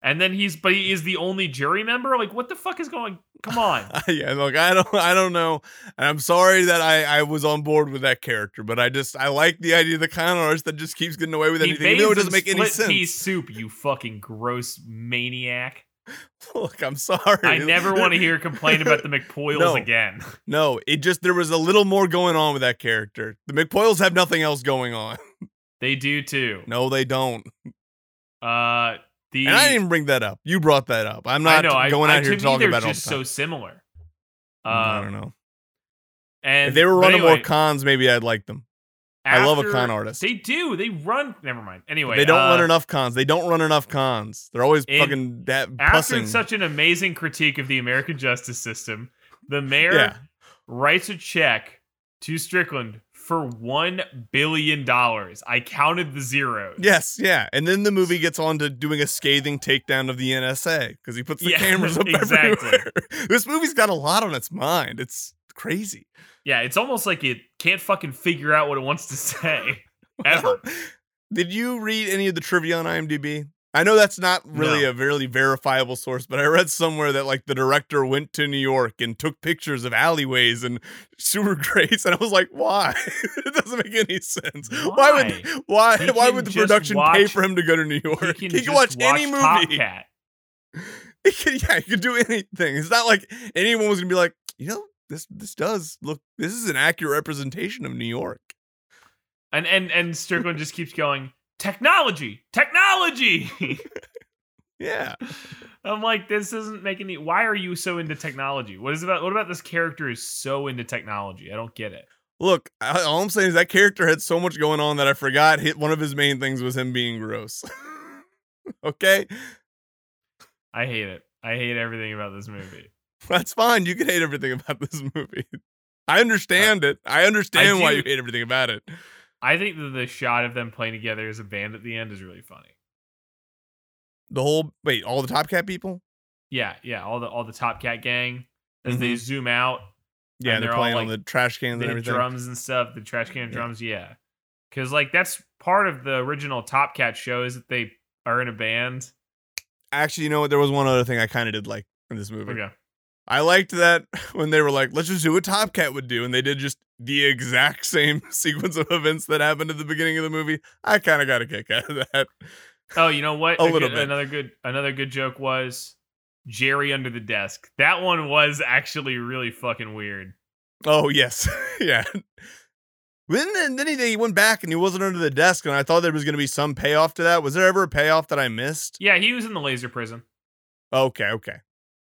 [SPEAKER 1] And then he's, but he is the only jury member. Like, what the fuck is going? Come on.
[SPEAKER 2] yeah, look, I don't I don't know. And I'm sorry that I, I was on board with that character, but I just I like the idea of the con artist that just keeps getting away with anything. Even though it
[SPEAKER 1] bathes in
[SPEAKER 2] doesn't make any
[SPEAKER 1] split
[SPEAKER 2] sense.
[SPEAKER 1] pea soup, you fucking gross maniac.
[SPEAKER 2] Look, I'm sorry.
[SPEAKER 1] I never want to hear complain about the McPoyles
[SPEAKER 2] No.
[SPEAKER 1] again.
[SPEAKER 2] No, it just there was a little more going on with that character. The McPoyles have nothing else going on.
[SPEAKER 1] They do too.
[SPEAKER 2] No, they don't.
[SPEAKER 1] Uh, the
[SPEAKER 2] And I didn't bring that up. You brought that up. I'm
[SPEAKER 1] I
[SPEAKER 2] not
[SPEAKER 1] know, I-
[SPEAKER 2] going
[SPEAKER 1] I,
[SPEAKER 2] out here
[SPEAKER 1] to me,
[SPEAKER 2] talking
[SPEAKER 1] they're
[SPEAKER 2] about it all
[SPEAKER 1] just
[SPEAKER 2] the time.
[SPEAKER 1] so similar. Um,
[SPEAKER 2] I don't know.
[SPEAKER 1] And
[SPEAKER 2] If they were
[SPEAKER 1] but
[SPEAKER 2] running
[SPEAKER 1] anyway,
[SPEAKER 2] more cons, maybe I'd like them. I love a
[SPEAKER 1] after-
[SPEAKER 2] con artist.
[SPEAKER 1] They do. They run. Never mind. Anyway,
[SPEAKER 2] they don't
[SPEAKER 1] uh,
[SPEAKER 2] run enough cons. They don't run enough cons. They're always
[SPEAKER 1] in-
[SPEAKER 2] fucking that
[SPEAKER 1] After
[SPEAKER 2] pussing.
[SPEAKER 1] such an amazing critique of the American justice system, the mayor
[SPEAKER 2] yeah,
[SPEAKER 1] writes a check to Strickland for one billion dollars. I counted the zeros.
[SPEAKER 2] yes, yeah. And then the movie gets on to doing a scathing takedown of the NSA because he puts the
[SPEAKER 1] Yeah,
[SPEAKER 2] cameras up
[SPEAKER 1] exactly.
[SPEAKER 2] everywhere. this movie's got a lot on its mind. It's crazy.
[SPEAKER 1] Yeah, it's almost like it can't fucking figure out what it wants to say ever.
[SPEAKER 2] Did you read any of the trivia on IMDb? I know that's not really
[SPEAKER 1] No.
[SPEAKER 2] a really verifiable source, but I read somewhere that like the director went to New York and took pictures of alleyways and sewer grates, and I was like, why? it doesn't make any sense. Why, would why
[SPEAKER 1] He
[SPEAKER 2] why
[SPEAKER 1] can
[SPEAKER 2] would the
[SPEAKER 1] just
[SPEAKER 2] production pay
[SPEAKER 1] watch-
[SPEAKER 2] for him to go to New
[SPEAKER 1] He
[SPEAKER 2] York?
[SPEAKER 1] can,
[SPEAKER 2] he
[SPEAKER 1] just
[SPEAKER 2] can watch, any
[SPEAKER 1] Top
[SPEAKER 2] movie.
[SPEAKER 1] Cat.
[SPEAKER 2] He can, yeah, he can do anything. It's not like anyone was gonna be like, you know, this this does look. This is an accurate representation of New York.
[SPEAKER 1] And and and Strickland just keeps going, technology, technology.
[SPEAKER 2] Yeah,
[SPEAKER 1] I'm like, this doesn't make any. Why are you so into technology? What is about? What about this character is so into technology? I don't get it.
[SPEAKER 2] Look, I, all I'm saying is that character had so much going on that I forgot hit one of his main things was him being gross. okay?
[SPEAKER 1] I hate it. I hate everything about this movie.
[SPEAKER 2] That's fine. You can hate everything about this movie. I understand it. I understand
[SPEAKER 1] Uh, I
[SPEAKER 2] why
[SPEAKER 1] do-
[SPEAKER 2] you hate everything about it.
[SPEAKER 1] I think that the shot of them playing together as a band at the end is really funny.
[SPEAKER 2] The whole wait, all the Top Cat people?
[SPEAKER 1] Yeah, yeah. All the all the Top Cat gang as
[SPEAKER 2] Mhm.
[SPEAKER 1] they zoom out,
[SPEAKER 2] Yeah,
[SPEAKER 1] And
[SPEAKER 2] they're,
[SPEAKER 1] they're all,
[SPEAKER 2] playing on the
[SPEAKER 1] like,
[SPEAKER 2] trash cans and
[SPEAKER 1] the
[SPEAKER 2] everything.
[SPEAKER 1] drums and stuff, the trash can
[SPEAKER 2] Yeah.
[SPEAKER 1] drums, yeah. Cause like that's part of the original Top Cat show is that they are in a band.
[SPEAKER 2] Actually, you know what? There was one other thing I kind of did like in this movie.
[SPEAKER 1] Okay.
[SPEAKER 2] I liked that when they were like, let's just do what Top Cat would do. And they did just the exact same sequence of events that happened at the beginning of the movie. I kind of got a kick out of that.
[SPEAKER 1] Oh, you know what?
[SPEAKER 2] A little
[SPEAKER 1] good,
[SPEAKER 2] bit.
[SPEAKER 1] Another good another good joke was Jerry under the desk. That one was actually really fucking weird.
[SPEAKER 2] Oh yes, yeah. Then, then, then he, he went back and he wasn't under the desk, and I thought there was going to be some payoff to that. Was there ever a payoff that I missed?
[SPEAKER 1] Yeah, he was in the laser prison.
[SPEAKER 2] Okay, okay.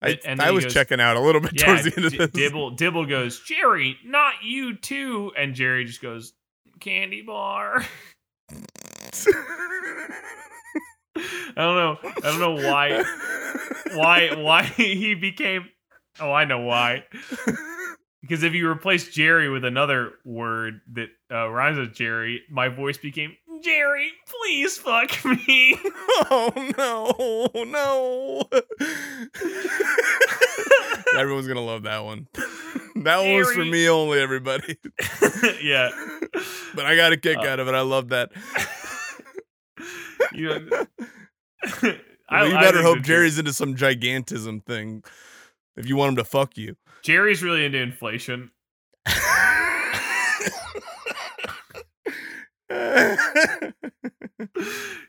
[SPEAKER 2] I,
[SPEAKER 1] And- and then
[SPEAKER 2] I
[SPEAKER 1] he
[SPEAKER 2] was
[SPEAKER 1] goes-
[SPEAKER 2] checking out a little bit
[SPEAKER 1] Yeah,
[SPEAKER 2] towards the end of
[SPEAKER 1] D-
[SPEAKER 2] this.
[SPEAKER 1] Dibble Dibble goes, Jerry, not you too, and Jerry just goes, candy bar. I don't know. I don't know why, why, why he became. Oh, I know why. Because if you replace Jerry with another word that uh, rhymes with Jerry, my voice became Jerry. Please fuck me.
[SPEAKER 2] Oh no, no. Everyone's gonna love that one. That one was for
[SPEAKER 1] Jerry.
[SPEAKER 2] me only, everybody.
[SPEAKER 1] yeah.
[SPEAKER 2] But I got a kick
[SPEAKER 1] Uh,
[SPEAKER 2] out of it. I love that.
[SPEAKER 1] You, I,
[SPEAKER 2] Well, you
[SPEAKER 1] I
[SPEAKER 2] better
[SPEAKER 1] think
[SPEAKER 2] hope
[SPEAKER 1] that
[SPEAKER 2] Jerry's into some gigantism thing if you want him to fuck you.
[SPEAKER 1] Jerry's really into inflation.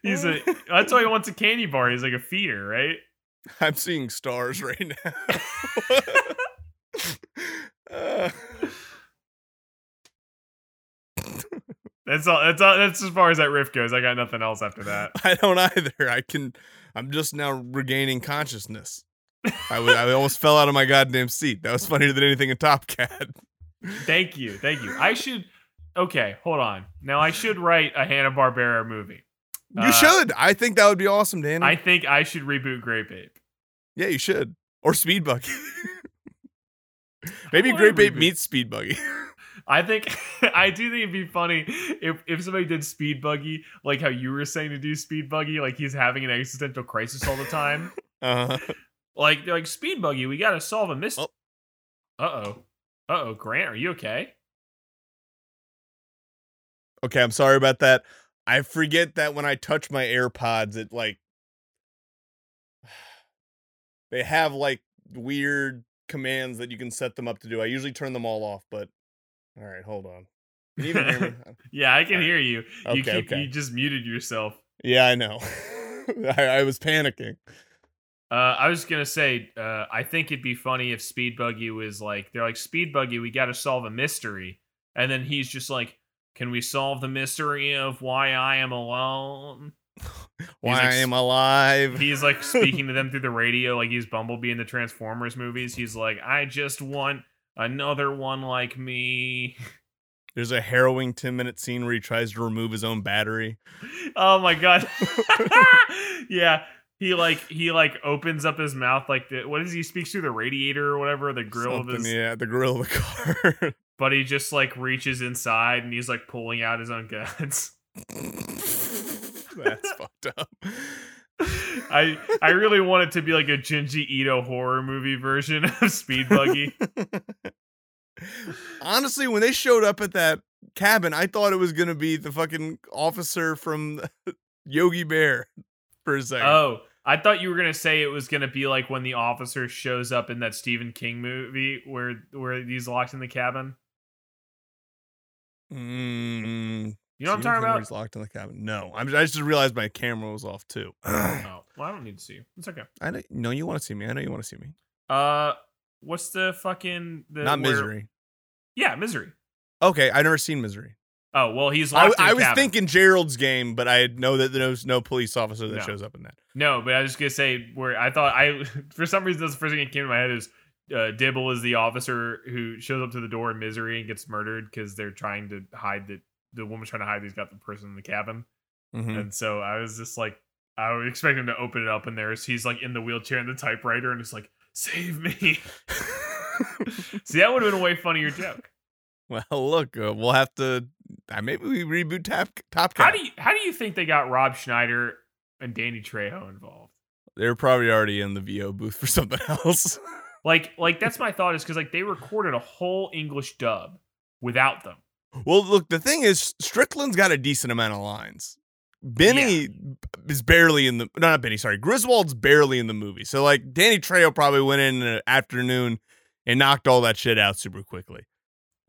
[SPEAKER 1] He's a. That's why he wants a candy bar. He's like a feeder, right?
[SPEAKER 2] I'm seeing stars right now. Uh,
[SPEAKER 1] That's all. That's all. That's as far as that riff goes. I got nothing else after that.
[SPEAKER 2] I don't either. I can. I'm just now regaining consciousness. I was. I almost fell out of my goddamn seat. That was funnier than anything in Top Cat.
[SPEAKER 1] Thank you. Thank you. I should. Okay, hold on. Now I should write a Hanna Barbera movie.
[SPEAKER 2] You
[SPEAKER 1] Uh,
[SPEAKER 2] should. I think that would be awesome, Dan.
[SPEAKER 1] I think I should reboot Grape Ape.
[SPEAKER 2] yeah, you should. Or Speed Buggy. Maybe
[SPEAKER 1] wanna
[SPEAKER 2] Grape Ape
[SPEAKER 1] reboot.
[SPEAKER 2] meets Speed Buggy.
[SPEAKER 1] I think I do think it'd be funny if if somebody did Speed Buggy, like how you were saying to do Speed Buggy, like he's having an existential crisis all the time.
[SPEAKER 2] Uh,
[SPEAKER 1] like they're like Speed Buggy, we got to solve a mystery.
[SPEAKER 2] Oh.
[SPEAKER 1] Uh oh. Uh oh, Grant, are you okay?
[SPEAKER 2] okay, I'm sorry about that. I forget that when I touch my AirPods, it like they have like weird commands that you can set them up to do. I usually turn them all off, but all right, hold on. Can you even hear me? Uh,
[SPEAKER 1] Yeah, I can
[SPEAKER 2] Alright.
[SPEAKER 1] hear you. you
[SPEAKER 2] Okay,
[SPEAKER 1] keep
[SPEAKER 2] okay.
[SPEAKER 1] you just muted yourself.
[SPEAKER 2] Yeah, I know. I, I was panicking.
[SPEAKER 1] Uh, I was gonna say, uh, I think it'd be funny if Speed Buggy was like, they're like, Speed Buggy, we got to solve a mystery, and then he's just like, can we solve the mystery of why I am alone?
[SPEAKER 2] Why
[SPEAKER 1] like,
[SPEAKER 2] I am alive.
[SPEAKER 1] He's like speaking to them through the radio, like he's Bumblebee in the Transformers movies. He's like, I just want another one like me.
[SPEAKER 2] There's a harrowing 10 minute scene where he tries to remove his own battery.
[SPEAKER 1] Oh my god. yeah. He like he like opens up his mouth like the, what is he speaks through the radiator or whatever the grill
[SPEAKER 2] Something,
[SPEAKER 1] of his
[SPEAKER 2] yeah, the grill of the car.
[SPEAKER 1] but he just like reaches inside and he's like pulling out his own guts.
[SPEAKER 2] That's fucked up.
[SPEAKER 1] I I really want it to be like a Jinji Ito horror movie version of Speed Buggy.
[SPEAKER 2] Honestly, when they showed up at that cabin, I thought it was gonna be the fucking officer from Yogi Bear for a second.
[SPEAKER 1] oh, I thought you were gonna say it was gonna be like when the officer shows up in that Stephen King movie where where he's locked in the cabin.
[SPEAKER 2] Mm,
[SPEAKER 1] You know what I'm
[SPEAKER 2] Stephen
[SPEAKER 1] talking
[SPEAKER 2] King
[SPEAKER 1] about?
[SPEAKER 2] was locked in the cabin. No, I'm, I just realized my camera was off too. I
[SPEAKER 1] Oh, well, I don't need to see you. It's okay.
[SPEAKER 2] know, no, you want to see me. I know you want to see me.
[SPEAKER 1] Uh, what's the fucking the
[SPEAKER 2] Not
[SPEAKER 1] where-
[SPEAKER 2] misery.
[SPEAKER 1] Yeah, misery.
[SPEAKER 2] Okay, I never seen misery.
[SPEAKER 1] Oh well, he's
[SPEAKER 2] I,
[SPEAKER 1] locked. in
[SPEAKER 2] I
[SPEAKER 1] a
[SPEAKER 2] was
[SPEAKER 1] cabin.
[SPEAKER 2] thinking Gerald's game, but I know that there's no police officer that
[SPEAKER 1] No.
[SPEAKER 2] shows up in that.
[SPEAKER 1] No, but I was just gonna say where I thought I for some reason that's the first thing that came to my head is uh, Dibble is the officer who shows up to the door in misery and gets murdered because they're trying to hide that the woman's trying to hide that he's got the person in the cabin,
[SPEAKER 2] Mhm.
[SPEAKER 1] and so I was just like I would expect him to open it up and there's he's like in the wheelchair and the typewriter and it's like save me. See, that would have been a way funnier joke.
[SPEAKER 2] Well, look, uh, we'll have to. Uh, maybe we reboot Top Top
[SPEAKER 1] How
[SPEAKER 2] Cat.
[SPEAKER 1] do you how do you think they got Rob Schneider and Danny Trejo involved?
[SPEAKER 2] They're probably already in the VO booth for something else.
[SPEAKER 1] Like like that's my thought is because like they recorded a whole English dub without them.
[SPEAKER 2] well, look, the thing is, Strickland's got a decent amount of lines. Benny is barely in the. No, not Benny. Sorry, Griswold's barely in the movie. So like, Danny Trejo probably went in an afternoon and knocked all that shit out super quickly.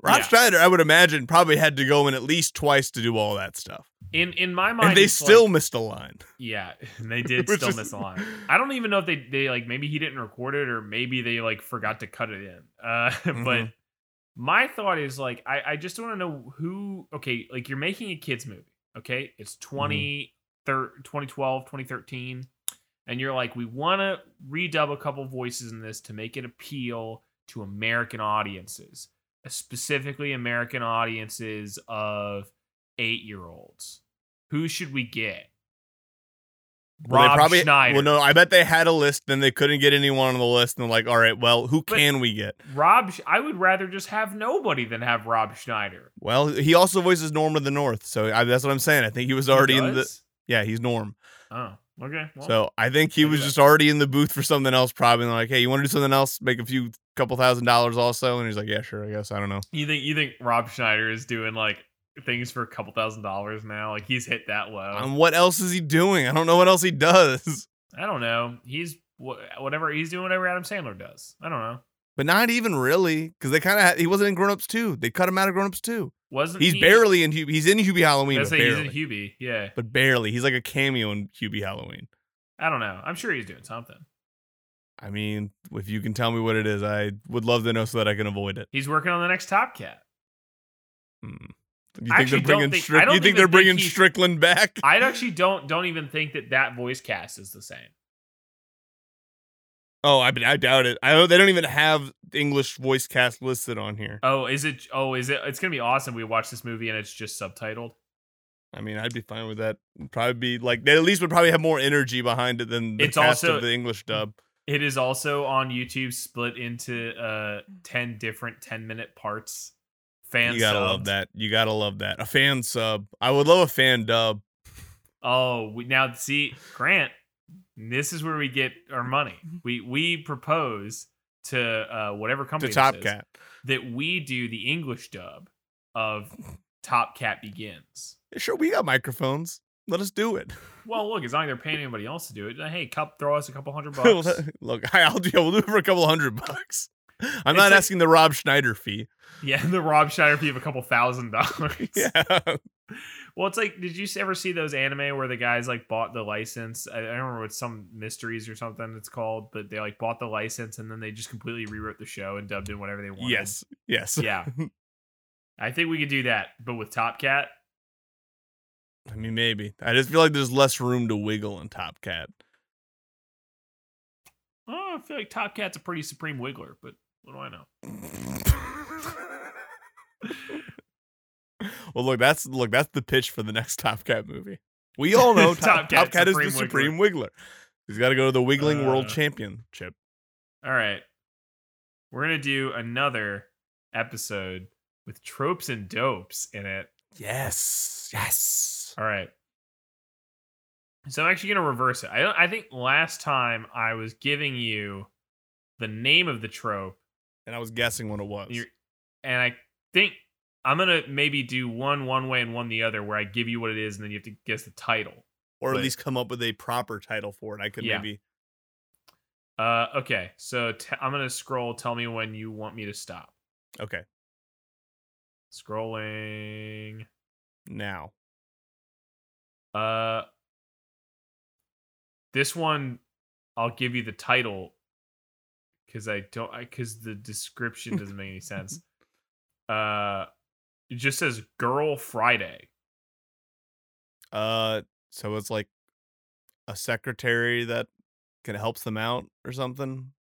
[SPEAKER 2] Rob
[SPEAKER 1] Yeah.
[SPEAKER 2] Schneider, I would imagine, probably had to go in at least twice to do all that stuff,
[SPEAKER 1] In in my mind,
[SPEAKER 2] and they
[SPEAKER 1] it's
[SPEAKER 2] still
[SPEAKER 1] like-
[SPEAKER 2] missed a line.
[SPEAKER 1] yeah, and they did
[SPEAKER 2] Which
[SPEAKER 1] still
[SPEAKER 2] is-
[SPEAKER 1] miss a line. I don't even know if they they like maybe he didn't record it or maybe they like forgot to cut it in. Uh, but
[SPEAKER 2] Mhm.
[SPEAKER 1] my thought is like I, I just want to know who okay like you're making a kids movie okay it's 20
[SPEAKER 2] Mm-hmm.
[SPEAKER 1] thir- 2012 2013 and you're like we want to redub a couple voices in this to make it appeal to american audiences specifically american audiences of eight year olds who should we get
[SPEAKER 2] Well,
[SPEAKER 1] Rob
[SPEAKER 2] they probably,
[SPEAKER 1] Schneider.
[SPEAKER 2] Well, no, I bet they had a list, then they couldn't get anyone on the list, and they're like, all right, well, who
[SPEAKER 1] But-
[SPEAKER 2] can we get?
[SPEAKER 1] Rob, Sch- I would rather just have nobody than have Rob Schneider.
[SPEAKER 2] Well, he also voices Norm of the North, so I, that's what I'm saying. I think he was
[SPEAKER 1] He
[SPEAKER 2] already in the.
[SPEAKER 1] does?
[SPEAKER 2] Yeah, he's Norm.
[SPEAKER 1] Oh, okay. Well,
[SPEAKER 2] so I think he
[SPEAKER 1] maybe
[SPEAKER 2] was
[SPEAKER 1] that's-
[SPEAKER 2] just already in the booth for something else, probably. And they're like, hey, you want to do something else? Make a few couple thousand dollars also. And he's like, yeah, sure, I guess. I don't know.
[SPEAKER 1] you think you think Rob Schneider is doing like things for a couple thousand dollars now? Like he's hit that low.
[SPEAKER 2] And Um, what else is he doing? I don't know what else he does.
[SPEAKER 1] I don't know. He's wh- whatever he's doing, whatever Adam Sandler does. I don't know.
[SPEAKER 2] But not even really, because they kind of he wasn't in Grown Ups too. They cut him out of Grown Ups too.
[SPEAKER 1] Wasn't
[SPEAKER 2] He's
[SPEAKER 1] he-
[SPEAKER 2] barely in. Hubie. He's in Hubie
[SPEAKER 1] I
[SPEAKER 2] Halloween,
[SPEAKER 1] was
[SPEAKER 2] but
[SPEAKER 1] saying he's
[SPEAKER 2] barely,
[SPEAKER 1] in Hubie. Yeah,
[SPEAKER 2] but barely. He's like a cameo in Hubie Halloween.
[SPEAKER 1] I don't know. I'm sure he's doing something.
[SPEAKER 2] I mean, if you can tell me what it is, I would love to know so that I can avoid it.
[SPEAKER 1] He's working on the next Top Cat.
[SPEAKER 2] Hmm.
[SPEAKER 1] I
[SPEAKER 2] You think
[SPEAKER 1] actually
[SPEAKER 2] they're
[SPEAKER 1] don't
[SPEAKER 2] bringing
[SPEAKER 1] think-
[SPEAKER 2] Strick-
[SPEAKER 1] I don't
[SPEAKER 2] You think
[SPEAKER 1] even
[SPEAKER 2] they're
[SPEAKER 1] think
[SPEAKER 2] bringing
[SPEAKER 1] he's-
[SPEAKER 2] Strickland back?
[SPEAKER 1] I actually don't don't even think that that voice cast is the same.
[SPEAKER 2] oh, I, I doubt it. I don't, they don't even have English voice cast listed on here.
[SPEAKER 1] Oh, is it? Oh, is it? It's gonna be awesome. We watch this movie and it's just subtitled.
[SPEAKER 2] I mean, I'd be fine with that. Probably be like they at least would probably have more energy behind it than the
[SPEAKER 1] It's
[SPEAKER 2] cast
[SPEAKER 1] also-
[SPEAKER 2] of the English dub.
[SPEAKER 1] It is also on YouTube, split into uh ten different ten minute parts. Fan
[SPEAKER 2] you gotta
[SPEAKER 1] subbed.
[SPEAKER 2] love that. You gotta love that. A fan sub. I would love a fan dub.
[SPEAKER 1] Oh, we, now see, Grant, this is where we get our money. We we propose to uh, whatever
[SPEAKER 2] to
[SPEAKER 1] company
[SPEAKER 2] Top
[SPEAKER 1] this is,
[SPEAKER 2] Cat.
[SPEAKER 1] that we do the English dub of Top Cat Begins.
[SPEAKER 2] Sure, we got microphones. Let us do it.
[SPEAKER 1] Well, look, as long as they're paying anybody else to do it, hey, cup, throw us a couple hundred bucks.
[SPEAKER 2] Look, I- I'll do. We'll do it for a couple hundred bucks. I'm
[SPEAKER 1] It's
[SPEAKER 2] not
[SPEAKER 1] like-
[SPEAKER 2] asking the Rob Schneider fee.
[SPEAKER 1] yeah, the Rob Schneider fee of a couple thousand dollars.
[SPEAKER 2] Yeah,
[SPEAKER 1] Well, it's like, did you ever see those anime where the guys like bought the license? I, I don't remember what some mysteries or something it's called, but they like bought the license and then they just completely rewrote the show and dubbed in whatever they wanted.
[SPEAKER 2] yes, yes.
[SPEAKER 1] Yeah. I think we could do that, but with Top Cat,
[SPEAKER 2] I mean, maybe. I just feel like there's less room to wiggle in Top Cat.
[SPEAKER 1] oh, I feel like Top Cat's a pretty supreme wiggler, but what do I know?
[SPEAKER 2] well, look, that's look, that's the pitch for the next Top Cat movie. We all know Top, Top
[SPEAKER 1] Top
[SPEAKER 2] Cat,
[SPEAKER 1] Cat,
[SPEAKER 2] is the
[SPEAKER 1] Supreme Wiggler.
[SPEAKER 2] supreme wiggler. He's got to go to the Wiggling World
[SPEAKER 1] Uh.
[SPEAKER 2] Championship.
[SPEAKER 1] All right. We're going to do another episode with tropes and dopes in it.
[SPEAKER 2] Yes, yes.
[SPEAKER 1] All right. So I'm actually going to reverse it. I don't, I think last time I was giving you the name of the trope,
[SPEAKER 2] And I was guessing what it was.
[SPEAKER 1] you're- and I think I'm going to maybe do one one way and one the other, where I give you what it is, and then you have to guess the title.
[SPEAKER 2] or at
[SPEAKER 1] But-
[SPEAKER 2] least come up with a proper title for it. I could
[SPEAKER 1] Yeah.
[SPEAKER 2] maybe.
[SPEAKER 1] Uh, okay, so t- I'm gonna scroll. Tell me when you want me to stop.
[SPEAKER 2] Okay,
[SPEAKER 1] Scrolling.
[SPEAKER 2] now.
[SPEAKER 1] Uh, this one, I'll give you the title because I don't because the description doesn't make any sense. Uh, it just says "Girl Friday."
[SPEAKER 2] Uh, so it's like a secretary that can helps them out or something.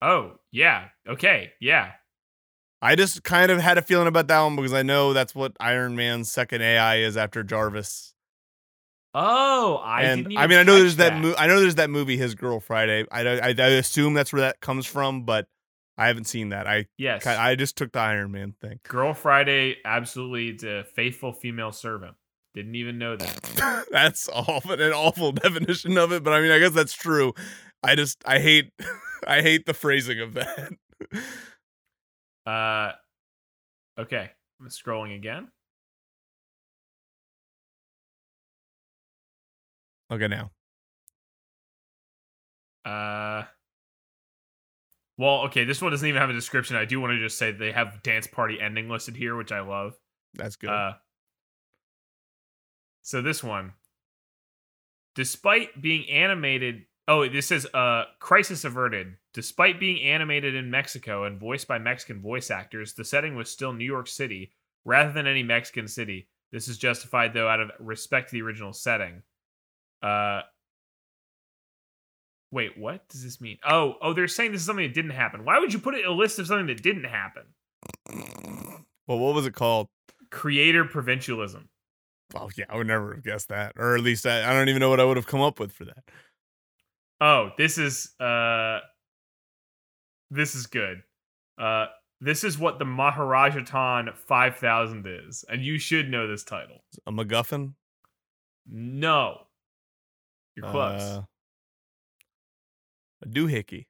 [SPEAKER 1] Oh yeah, okay, yeah.
[SPEAKER 2] I just kind of had a feeling about that one because I know that's what Iron Man's second AI is after Jarvis.
[SPEAKER 1] Oh, I
[SPEAKER 2] and
[SPEAKER 1] didn't
[SPEAKER 2] I
[SPEAKER 1] even
[SPEAKER 2] mean, I know
[SPEAKER 1] catch
[SPEAKER 2] there's that. mo- I know there's that movie, His Girl Friday. I, don't- I I assume that's where that comes from, but I haven't seen that. I
[SPEAKER 1] yes,
[SPEAKER 2] ki- I just took the Iron Man thing.
[SPEAKER 1] Girl Friday. Absolutely, the faithful female servant. Didn't even know that.
[SPEAKER 2] that's awful, an awful definition of it, but I mean, I guess that's true. I just I hate I hate the phrasing of that.
[SPEAKER 1] Uh, okay, I'm scrolling again.
[SPEAKER 2] okay, now
[SPEAKER 1] Uh, well, okay, this one doesn't even have a description. I do want to just say they have dance party ending listed here, which I love.
[SPEAKER 2] that's good.
[SPEAKER 1] Uh, so this one, despite being animated Oh, this says uh, crisis averted. Despite being animated in Mexico and voiced by Mexican voice actors, the setting was still New York City rather than any Mexican city. This is justified though out of respect to the original setting. Uh, wait, what does this mean? Oh, oh, they're saying this is something that didn't happen. Why would you put it in a list of something that didn't happen?
[SPEAKER 2] Well, what was it called?
[SPEAKER 1] Creator provincialism.
[SPEAKER 2] Oh yeah, I would never have guessed that, or at least I, I don't even know what I would have come up with for that.
[SPEAKER 1] Oh, this is uh this is good. Uh this is what the Maharajatan 5000 is, and you should know this title.
[SPEAKER 2] A MacGuffin.
[SPEAKER 1] No. You're close.
[SPEAKER 2] Uh,
[SPEAKER 1] Uh,
[SPEAKER 2] a doohickey.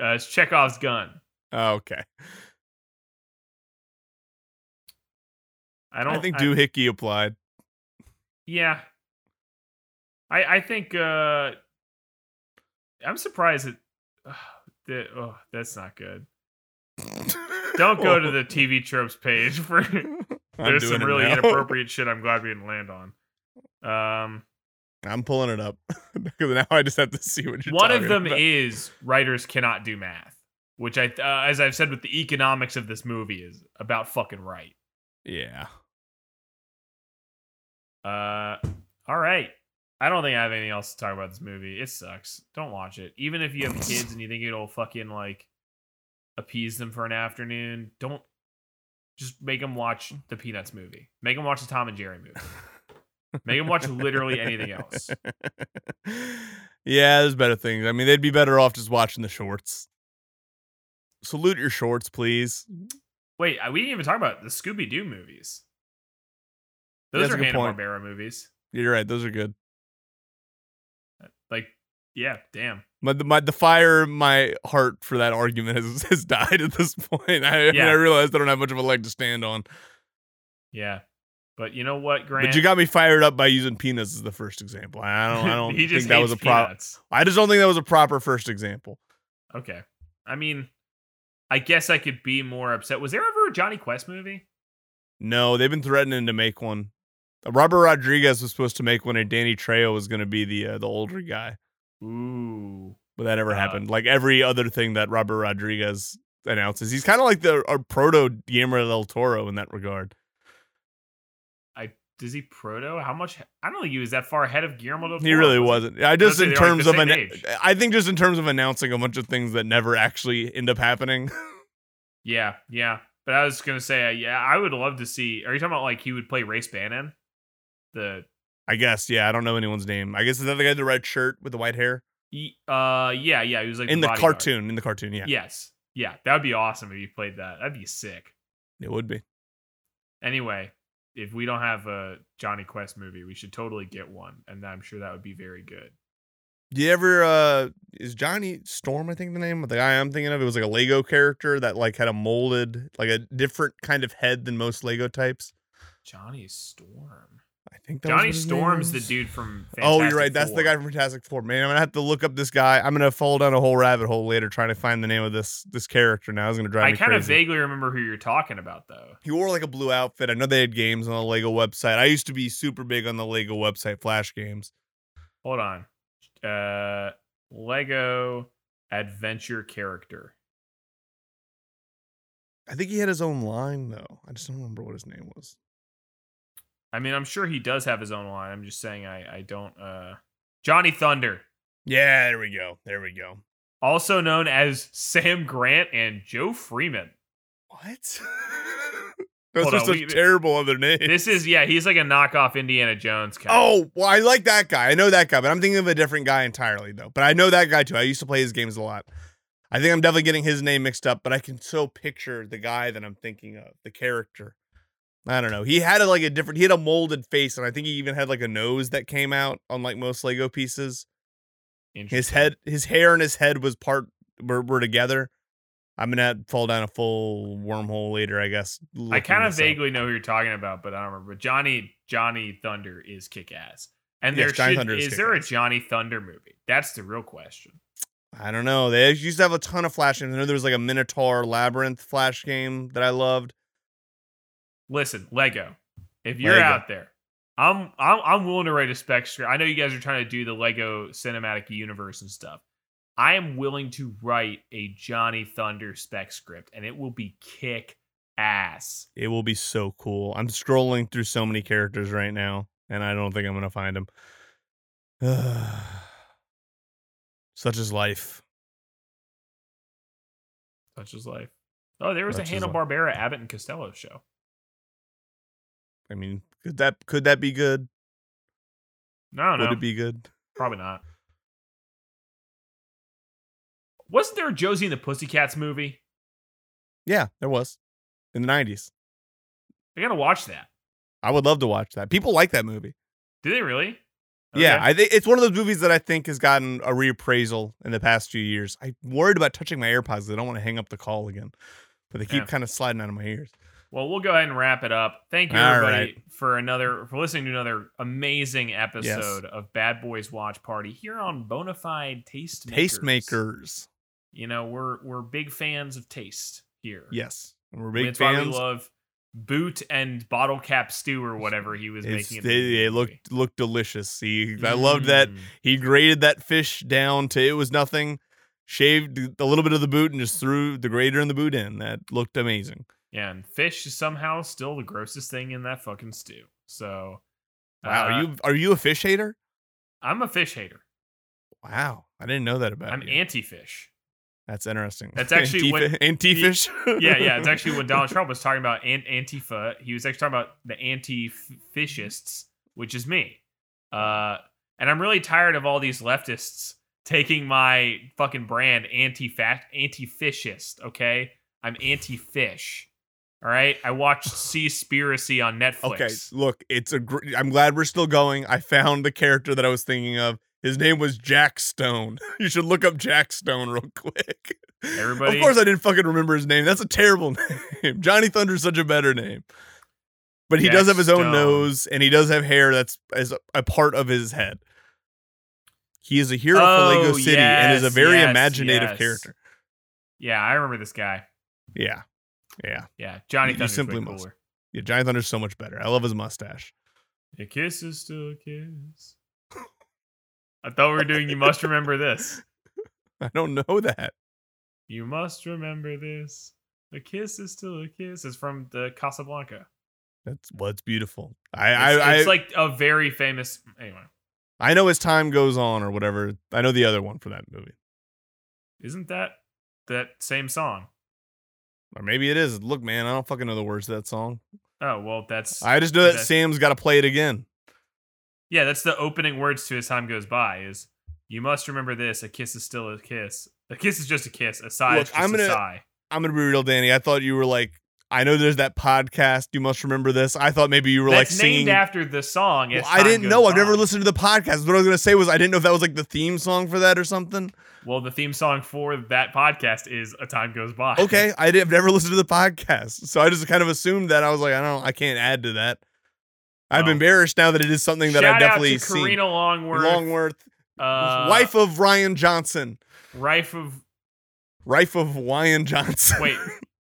[SPEAKER 1] Uh, it's Chekhov's gun.
[SPEAKER 2] Oh, okay.
[SPEAKER 1] I
[SPEAKER 2] I,
[SPEAKER 1] don't
[SPEAKER 2] think doohickey applied.
[SPEAKER 1] Yeah. I I think uh I'm surprised that uh, that oh, that's not good. Don't go to the TV tropes page for there's some really inappropriate shit I'm glad we didn't land on. Um
[SPEAKER 2] I'm pulling it up because now I just have to see what you're
[SPEAKER 1] one of
[SPEAKER 2] talking
[SPEAKER 1] them
[SPEAKER 2] about.
[SPEAKER 1] is writers cannot do math, which I uh, as I've said with the economics of this movie is about fucking right.
[SPEAKER 2] yeah.
[SPEAKER 1] Uh, all right. I don't think I have anything else to talk about this movie. It sucks. Don't watch it. Even if you have kids and you think it'll fucking like appease them for an afternoon, don't just make them watch the Peanuts movie. Make them watch the Tom and Jerry movie. Make them watch literally anything else.
[SPEAKER 2] yeah, there's better things. I mean, they'd be better off just watching the shorts. Salute your shorts, please.
[SPEAKER 1] Wait, I- we didn't even talk about the Scooby Doo movies. Those
[SPEAKER 2] That's a
[SPEAKER 1] are
[SPEAKER 2] good
[SPEAKER 1] Hanna
[SPEAKER 2] point.
[SPEAKER 1] Barbera movies.
[SPEAKER 2] You're right; those are good.
[SPEAKER 1] Like, yeah, damn.
[SPEAKER 2] My the, my the fire in my heart for that argument has, has died at this point. I, I mean,
[SPEAKER 1] Yeah.
[SPEAKER 2] I realized I don't have much of a leg to stand on.
[SPEAKER 1] Yeah. But you know what, Grant?
[SPEAKER 2] But you got me fired up by using peanuts as the first example. I don't I don't
[SPEAKER 1] he just
[SPEAKER 2] think that
[SPEAKER 1] hates
[SPEAKER 2] was a pro-
[SPEAKER 1] Peanuts.
[SPEAKER 2] I just don't think that was a proper first example.
[SPEAKER 1] Okay. I mean, I guess I could be more upset. Was there ever a Johnny Quest movie?
[SPEAKER 2] No, they've been threatening to make one. Robert Rodriguez was supposed to make one, and Danny Trejo was going to be the uh, the older guy,
[SPEAKER 1] Ooh.
[SPEAKER 2] but that never
[SPEAKER 1] Uh,
[SPEAKER 2] happened. Like every other thing that Robert Rodriguez announces, he's kind of like the our proto Guillermo del Toro in that regard.
[SPEAKER 1] Does he proto? How much? I don't think he was that far ahead of Guillermo del Toro.
[SPEAKER 2] He really
[SPEAKER 1] was
[SPEAKER 2] wasn't. I just
[SPEAKER 1] Those
[SPEAKER 2] in
[SPEAKER 1] are, like,
[SPEAKER 2] terms
[SPEAKER 1] the
[SPEAKER 2] of
[SPEAKER 1] same
[SPEAKER 2] an,
[SPEAKER 1] age.
[SPEAKER 2] I think just in terms of announcing a bunch of things that never actually end up happening.
[SPEAKER 1] he? Yeah, yeah. But I was gonna say, uh, yeah, I would love to see. Are you talking about like he would play Race Bannon? The
[SPEAKER 2] I guess. Yeah, I don't know anyone's name. I guess is that the guy with the red shirt with the white hair
[SPEAKER 1] he- uh, yeah, yeah. He was like
[SPEAKER 2] in the
[SPEAKER 1] bodyguard.
[SPEAKER 2] cartoon. In the cartoon, yeah,
[SPEAKER 1] Yes, yeah. That would be awesome if you played that. That'd be sick.
[SPEAKER 2] it would be.
[SPEAKER 1] Anyway, if we don't have a Johnny Quest movie, we should totally get one, and I'm sure that would be very good.
[SPEAKER 2] Do you ever uh is Johnny Storm, I think the name of the guy I'm thinking of? It was like a Lego character that like had a molded, like a different kind of head than most Lego types.
[SPEAKER 1] Johnny Storm.
[SPEAKER 2] I think that was
[SPEAKER 1] Johnny
[SPEAKER 2] what his name
[SPEAKER 1] Storm's the
[SPEAKER 2] was.
[SPEAKER 1] dude from. Fantastic
[SPEAKER 2] Oh, you're right. That's the
[SPEAKER 1] Four.
[SPEAKER 2] guy from Fantastic Four. Man, I'm gonna have to look up this guy. I'm gonna fall down a whole rabbit hole later trying to find the name of this this character. Now it's gonna drive
[SPEAKER 1] I
[SPEAKER 2] me
[SPEAKER 1] kind of
[SPEAKER 2] crazy.
[SPEAKER 1] vaguely remember who you're talking about, though.
[SPEAKER 2] he wore like a blue outfit. I know they had games on the Lego website. I used to be super big on the Lego website, Flash games.
[SPEAKER 1] Hold on. Uh, Lego adventure character.
[SPEAKER 2] I think he had his own line though. I just don't remember what his name was.
[SPEAKER 1] I mean, I'm sure he does have his own line. I'm just saying, I I don't. Uh, Johnny Thunder,
[SPEAKER 2] Yeah, there we go. There we go.
[SPEAKER 1] also known as Sam Grant and Joe Freeman.
[SPEAKER 2] What?
[SPEAKER 1] Hold
[SPEAKER 2] That's
[SPEAKER 1] on,
[SPEAKER 2] just
[SPEAKER 1] we-
[SPEAKER 2] a terrible other name.
[SPEAKER 1] This is yeah, he's like a knockoff Indiana Jones kind.
[SPEAKER 2] oh, well, I like that guy. I know that guy, but I'm thinking of a different guy entirely, though. But I know that guy too. I used to play his games a lot. I think I'm definitely getting his name mixed up, but I can so picture the guy that I'm thinking of, the character. I don't know. He had a, like a different. He had a molded face, and I think he even had like a nose that came out on like most Lego pieces. His
[SPEAKER 1] Interesting.
[SPEAKER 2] head, his hair, and his head was part were, were together. I'm gonna fall down a full wormhole later, I guess.
[SPEAKER 1] I
[SPEAKER 2] looking
[SPEAKER 1] kind of
[SPEAKER 2] this up.
[SPEAKER 1] vaguely know who you're talking about, but I don't remember. But Johnny Johnny Thunder is kick ass. And
[SPEAKER 2] Yes,
[SPEAKER 1] there
[SPEAKER 2] Johnny
[SPEAKER 1] should,
[SPEAKER 2] Thunder is
[SPEAKER 1] is there a
[SPEAKER 2] kick-ass.
[SPEAKER 1] Johnny Thunder movie? That's the real question.
[SPEAKER 2] I don't know. They used to have a ton of flash games. I know there was like a Minotaur Labyrinth flash game that I loved.
[SPEAKER 1] Listen, Lego, if you're
[SPEAKER 2] Lego.
[SPEAKER 1] out there, I'm I'm I'm willing to write a spec script. I know you guys are trying to do the Lego cinematic universe and stuff. I am willing to write a Johnny Thunder spec script, and it will be kick ass.
[SPEAKER 2] It will be so cool. I'm scrolling through so many characters right now, and I don't think I'm gonna find them. Such is life.
[SPEAKER 1] Such is life. Oh, there was a
[SPEAKER 2] Such is
[SPEAKER 1] Hanna
[SPEAKER 2] life.
[SPEAKER 1] Barbera Abbott and Costello show.
[SPEAKER 2] I mean, could that could that be good?
[SPEAKER 1] No,
[SPEAKER 2] Would
[SPEAKER 1] no,
[SPEAKER 2] it be good?
[SPEAKER 1] probably not. Wasn't there a Josie and the Pussycats movie?
[SPEAKER 2] Yeah, there was in the '90s.
[SPEAKER 1] I gotta watch that.
[SPEAKER 2] I would love to watch that. People like that movie.
[SPEAKER 1] Do they really?
[SPEAKER 2] Yeah,
[SPEAKER 1] Okay.
[SPEAKER 2] I think it's one of those movies that I think has gotten a reappraisal in the past few years. I'm worried about touching my AirPods. I don't want to hang up the call again, but they keep
[SPEAKER 1] Yeah.
[SPEAKER 2] kind of sliding out of my ears.
[SPEAKER 1] Well, we'll go ahead and wrap it up. Thank you
[SPEAKER 2] All
[SPEAKER 1] everybody for another for listening to another amazing episode of Bad Boys Watch Party here on Bonafide Taste
[SPEAKER 2] Tastemakers,
[SPEAKER 1] You know, we're we're big fans of taste here.
[SPEAKER 2] yes, And we're
[SPEAKER 1] I mean,
[SPEAKER 2] big
[SPEAKER 1] it's why we
[SPEAKER 2] fans.
[SPEAKER 1] love boot and bottle cap stew or whatever he was
[SPEAKER 2] It's,
[SPEAKER 1] making.
[SPEAKER 2] they,
[SPEAKER 1] in the movie. Mm.
[SPEAKER 2] they looked looked delicious. See, I loved that he graded that fish down to it was nothing, shaved a little bit of the boot and just threw the grater and the boot in. That looked amazing.
[SPEAKER 1] Yeah, and fish is somehow still the grossest thing in that fucking stew. So, uh,
[SPEAKER 2] Wow, are you are you a fish hater?
[SPEAKER 1] I'm a fish hater.
[SPEAKER 2] Wow, I didn't know that about
[SPEAKER 1] I'm
[SPEAKER 2] you.
[SPEAKER 1] anti-fish.
[SPEAKER 2] That's interesting.
[SPEAKER 1] That's actually
[SPEAKER 2] anti,
[SPEAKER 1] when-
[SPEAKER 2] anti fish.
[SPEAKER 1] yeah, yeah. It's actually when Donald Trump was talking about an- Antifa, he was actually talking about the anti-fascists, which is me. Uh, and I'm really tired of all these leftists taking my fucking brand anti-fat, anti-fascist. Okay, I'm anti-fish. All right, I watched Seaspiracy on Netflix.
[SPEAKER 2] Okay, look, it's a. Gr- I'm glad we're still going. I found the character that I was thinking of. His name was Jack Stone. You should look up Jack Stone real quick.
[SPEAKER 1] Everybody-
[SPEAKER 2] Of course, I didn't fucking remember his name. That's a terrible name. Johnny Thunder's such a better name. But he does
[SPEAKER 1] Jack
[SPEAKER 2] have his own
[SPEAKER 1] Stone.
[SPEAKER 2] nose, and he does have hair that's as a part of his head. He is a hero for
[SPEAKER 1] Oh,
[SPEAKER 2] Lego City and is a
[SPEAKER 1] yes,
[SPEAKER 2] very
[SPEAKER 1] yes,
[SPEAKER 2] imaginative
[SPEAKER 1] yes.
[SPEAKER 2] character.
[SPEAKER 1] Yeah, I remember this guy.
[SPEAKER 2] Yeah, yeah,
[SPEAKER 1] Yeah, Johnny
[SPEAKER 2] You- you
[SPEAKER 1] Thunder's
[SPEAKER 2] simply
[SPEAKER 1] way
[SPEAKER 2] must.
[SPEAKER 1] cooler.
[SPEAKER 2] yeah. Johnny Thunder's so much better. I love his mustache.
[SPEAKER 1] A kiss is still a kiss. I thought we were doing. You must remember this.
[SPEAKER 2] I don't know that.
[SPEAKER 1] You must remember this. A kiss is still a kiss. It's from the Casablanca.
[SPEAKER 2] That's well, it's beautiful. I,
[SPEAKER 1] It's,
[SPEAKER 2] I, I
[SPEAKER 1] it's like a very famous. Anyway,
[SPEAKER 2] I know as time goes on or whatever. I know the other one for that movie,
[SPEAKER 1] isn't that that same song?
[SPEAKER 2] or maybe it is. Look, man, I don't fucking know the words to that song.
[SPEAKER 1] Oh well, that's
[SPEAKER 2] I just know that
[SPEAKER 1] That's-
[SPEAKER 2] Sam's got to play it again.
[SPEAKER 1] yeah. That's the opening words to as time goes by. Is you must remember this. A kiss is still a kiss. A kiss is just a kiss. A sigh
[SPEAKER 2] Look,
[SPEAKER 1] is just
[SPEAKER 2] I'm
[SPEAKER 1] a
[SPEAKER 2] gonna-
[SPEAKER 1] sigh.
[SPEAKER 2] I'm gonna be real, Danny. I thought you were like, I know there's that podcast. You must remember this. I thought maybe you were
[SPEAKER 1] That's
[SPEAKER 2] like
[SPEAKER 1] named
[SPEAKER 2] singing.
[SPEAKER 1] after the song.
[SPEAKER 2] Well,
[SPEAKER 1] As
[SPEAKER 2] I
[SPEAKER 1] Time
[SPEAKER 2] didn't
[SPEAKER 1] Goes
[SPEAKER 2] know. I've never
[SPEAKER 1] By.
[SPEAKER 2] listened to the podcast. What I was gonna say was I didn't know if that was like the theme song for that or something.
[SPEAKER 1] Well, the theme song for that podcast is "A Time Goes By."
[SPEAKER 2] Okay, I did, have never listened to the podcast, so I just kind of assumed that. I was like, I don't, I can't add to that. I'm
[SPEAKER 1] Oh.
[SPEAKER 2] embarrassed now that it is something that
[SPEAKER 1] Shout
[SPEAKER 2] I definitely
[SPEAKER 1] out to
[SPEAKER 2] seen.
[SPEAKER 1] Karina Longworth,
[SPEAKER 2] Longworth,
[SPEAKER 1] uh,
[SPEAKER 2] wife of Ryan Johnson,
[SPEAKER 1] wife of
[SPEAKER 2] wife of Ryan Johnson.
[SPEAKER 1] Wait,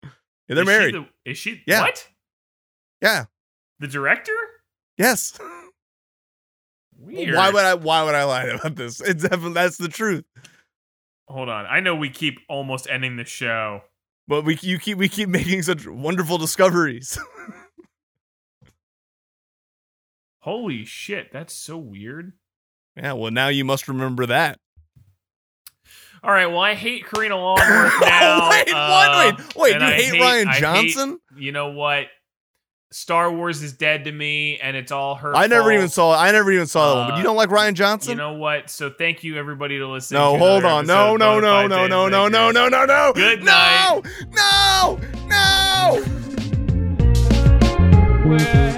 [SPEAKER 2] Yeah, they're
[SPEAKER 1] is
[SPEAKER 2] married.
[SPEAKER 1] She the, is she?
[SPEAKER 2] Yeah.
[SPEAKER 1] What?
[SPEAKER 2] yeah.
[SPEAKER 1] The director?
[SPEAKER 2] Yes.
[SPEAKER 1] Weird.
[SPEAKER 2] Why would I? Why would I lie about this? It's definitely that's the truth.
[SPEAKER 1] Hold on. I know we keep almost ending the show.
[SPEAKER 2] But we you keep we keep making such wonderful discoveries.
[SPEAKER 1] Holy shit, that's so weird.
[SPEAKER 2] yeah. Well, now you must remember that.
[SPEAKER 1] All right. Well, I hate Karina Longworth now.
[SPEAKER 2] wait,
[SPEAKER 1] uh,
[SPEAKER 2] what? Wait, wait.
[SPEAKER 1] and
[SPEAKER 2] You
[SPEAKER 1] I
[SPEAKER 2] hate, Ryan
[SPEAKER 1] I hate-
[SPEAKER 2] Johnson?
[SPEAKER 1] you know what? Star Wars is dead to me, and it's all her.
[SPEAKER 2] I, never
[SPEAKER 1] fault.
[SPEAKER 2] even saw. I never even saw that one. But
[SPEAKER 1] Uh,
[SPEAKER 2] you don't like Ryan Johnson?
[SPEAKER 1] You know what? So thank you everybody to listen.
[SPEAKER 2] no,
[SPEAKER 1] to
[SPEAKER 2] hold
[SPEAKER 1] another
[SPEAKER 2] on.
[SPEAKER 1] episode
[SPEAKER 2] No,
[SPEAKER 1] of
[SPEAKER 2] no, no,
[SPEAKER 1] Bonafide
[SPEAKER 2] no,
[SPEAKER 1] Days
[SPEAKER 2] no, no, no,
[SPEAKER 1] Makers.
[SPEAKER 2] no, no, no.
[SPEAKER 1] Good
[SPEAKER 2] No, no, no.
[SPEAKER 3] Where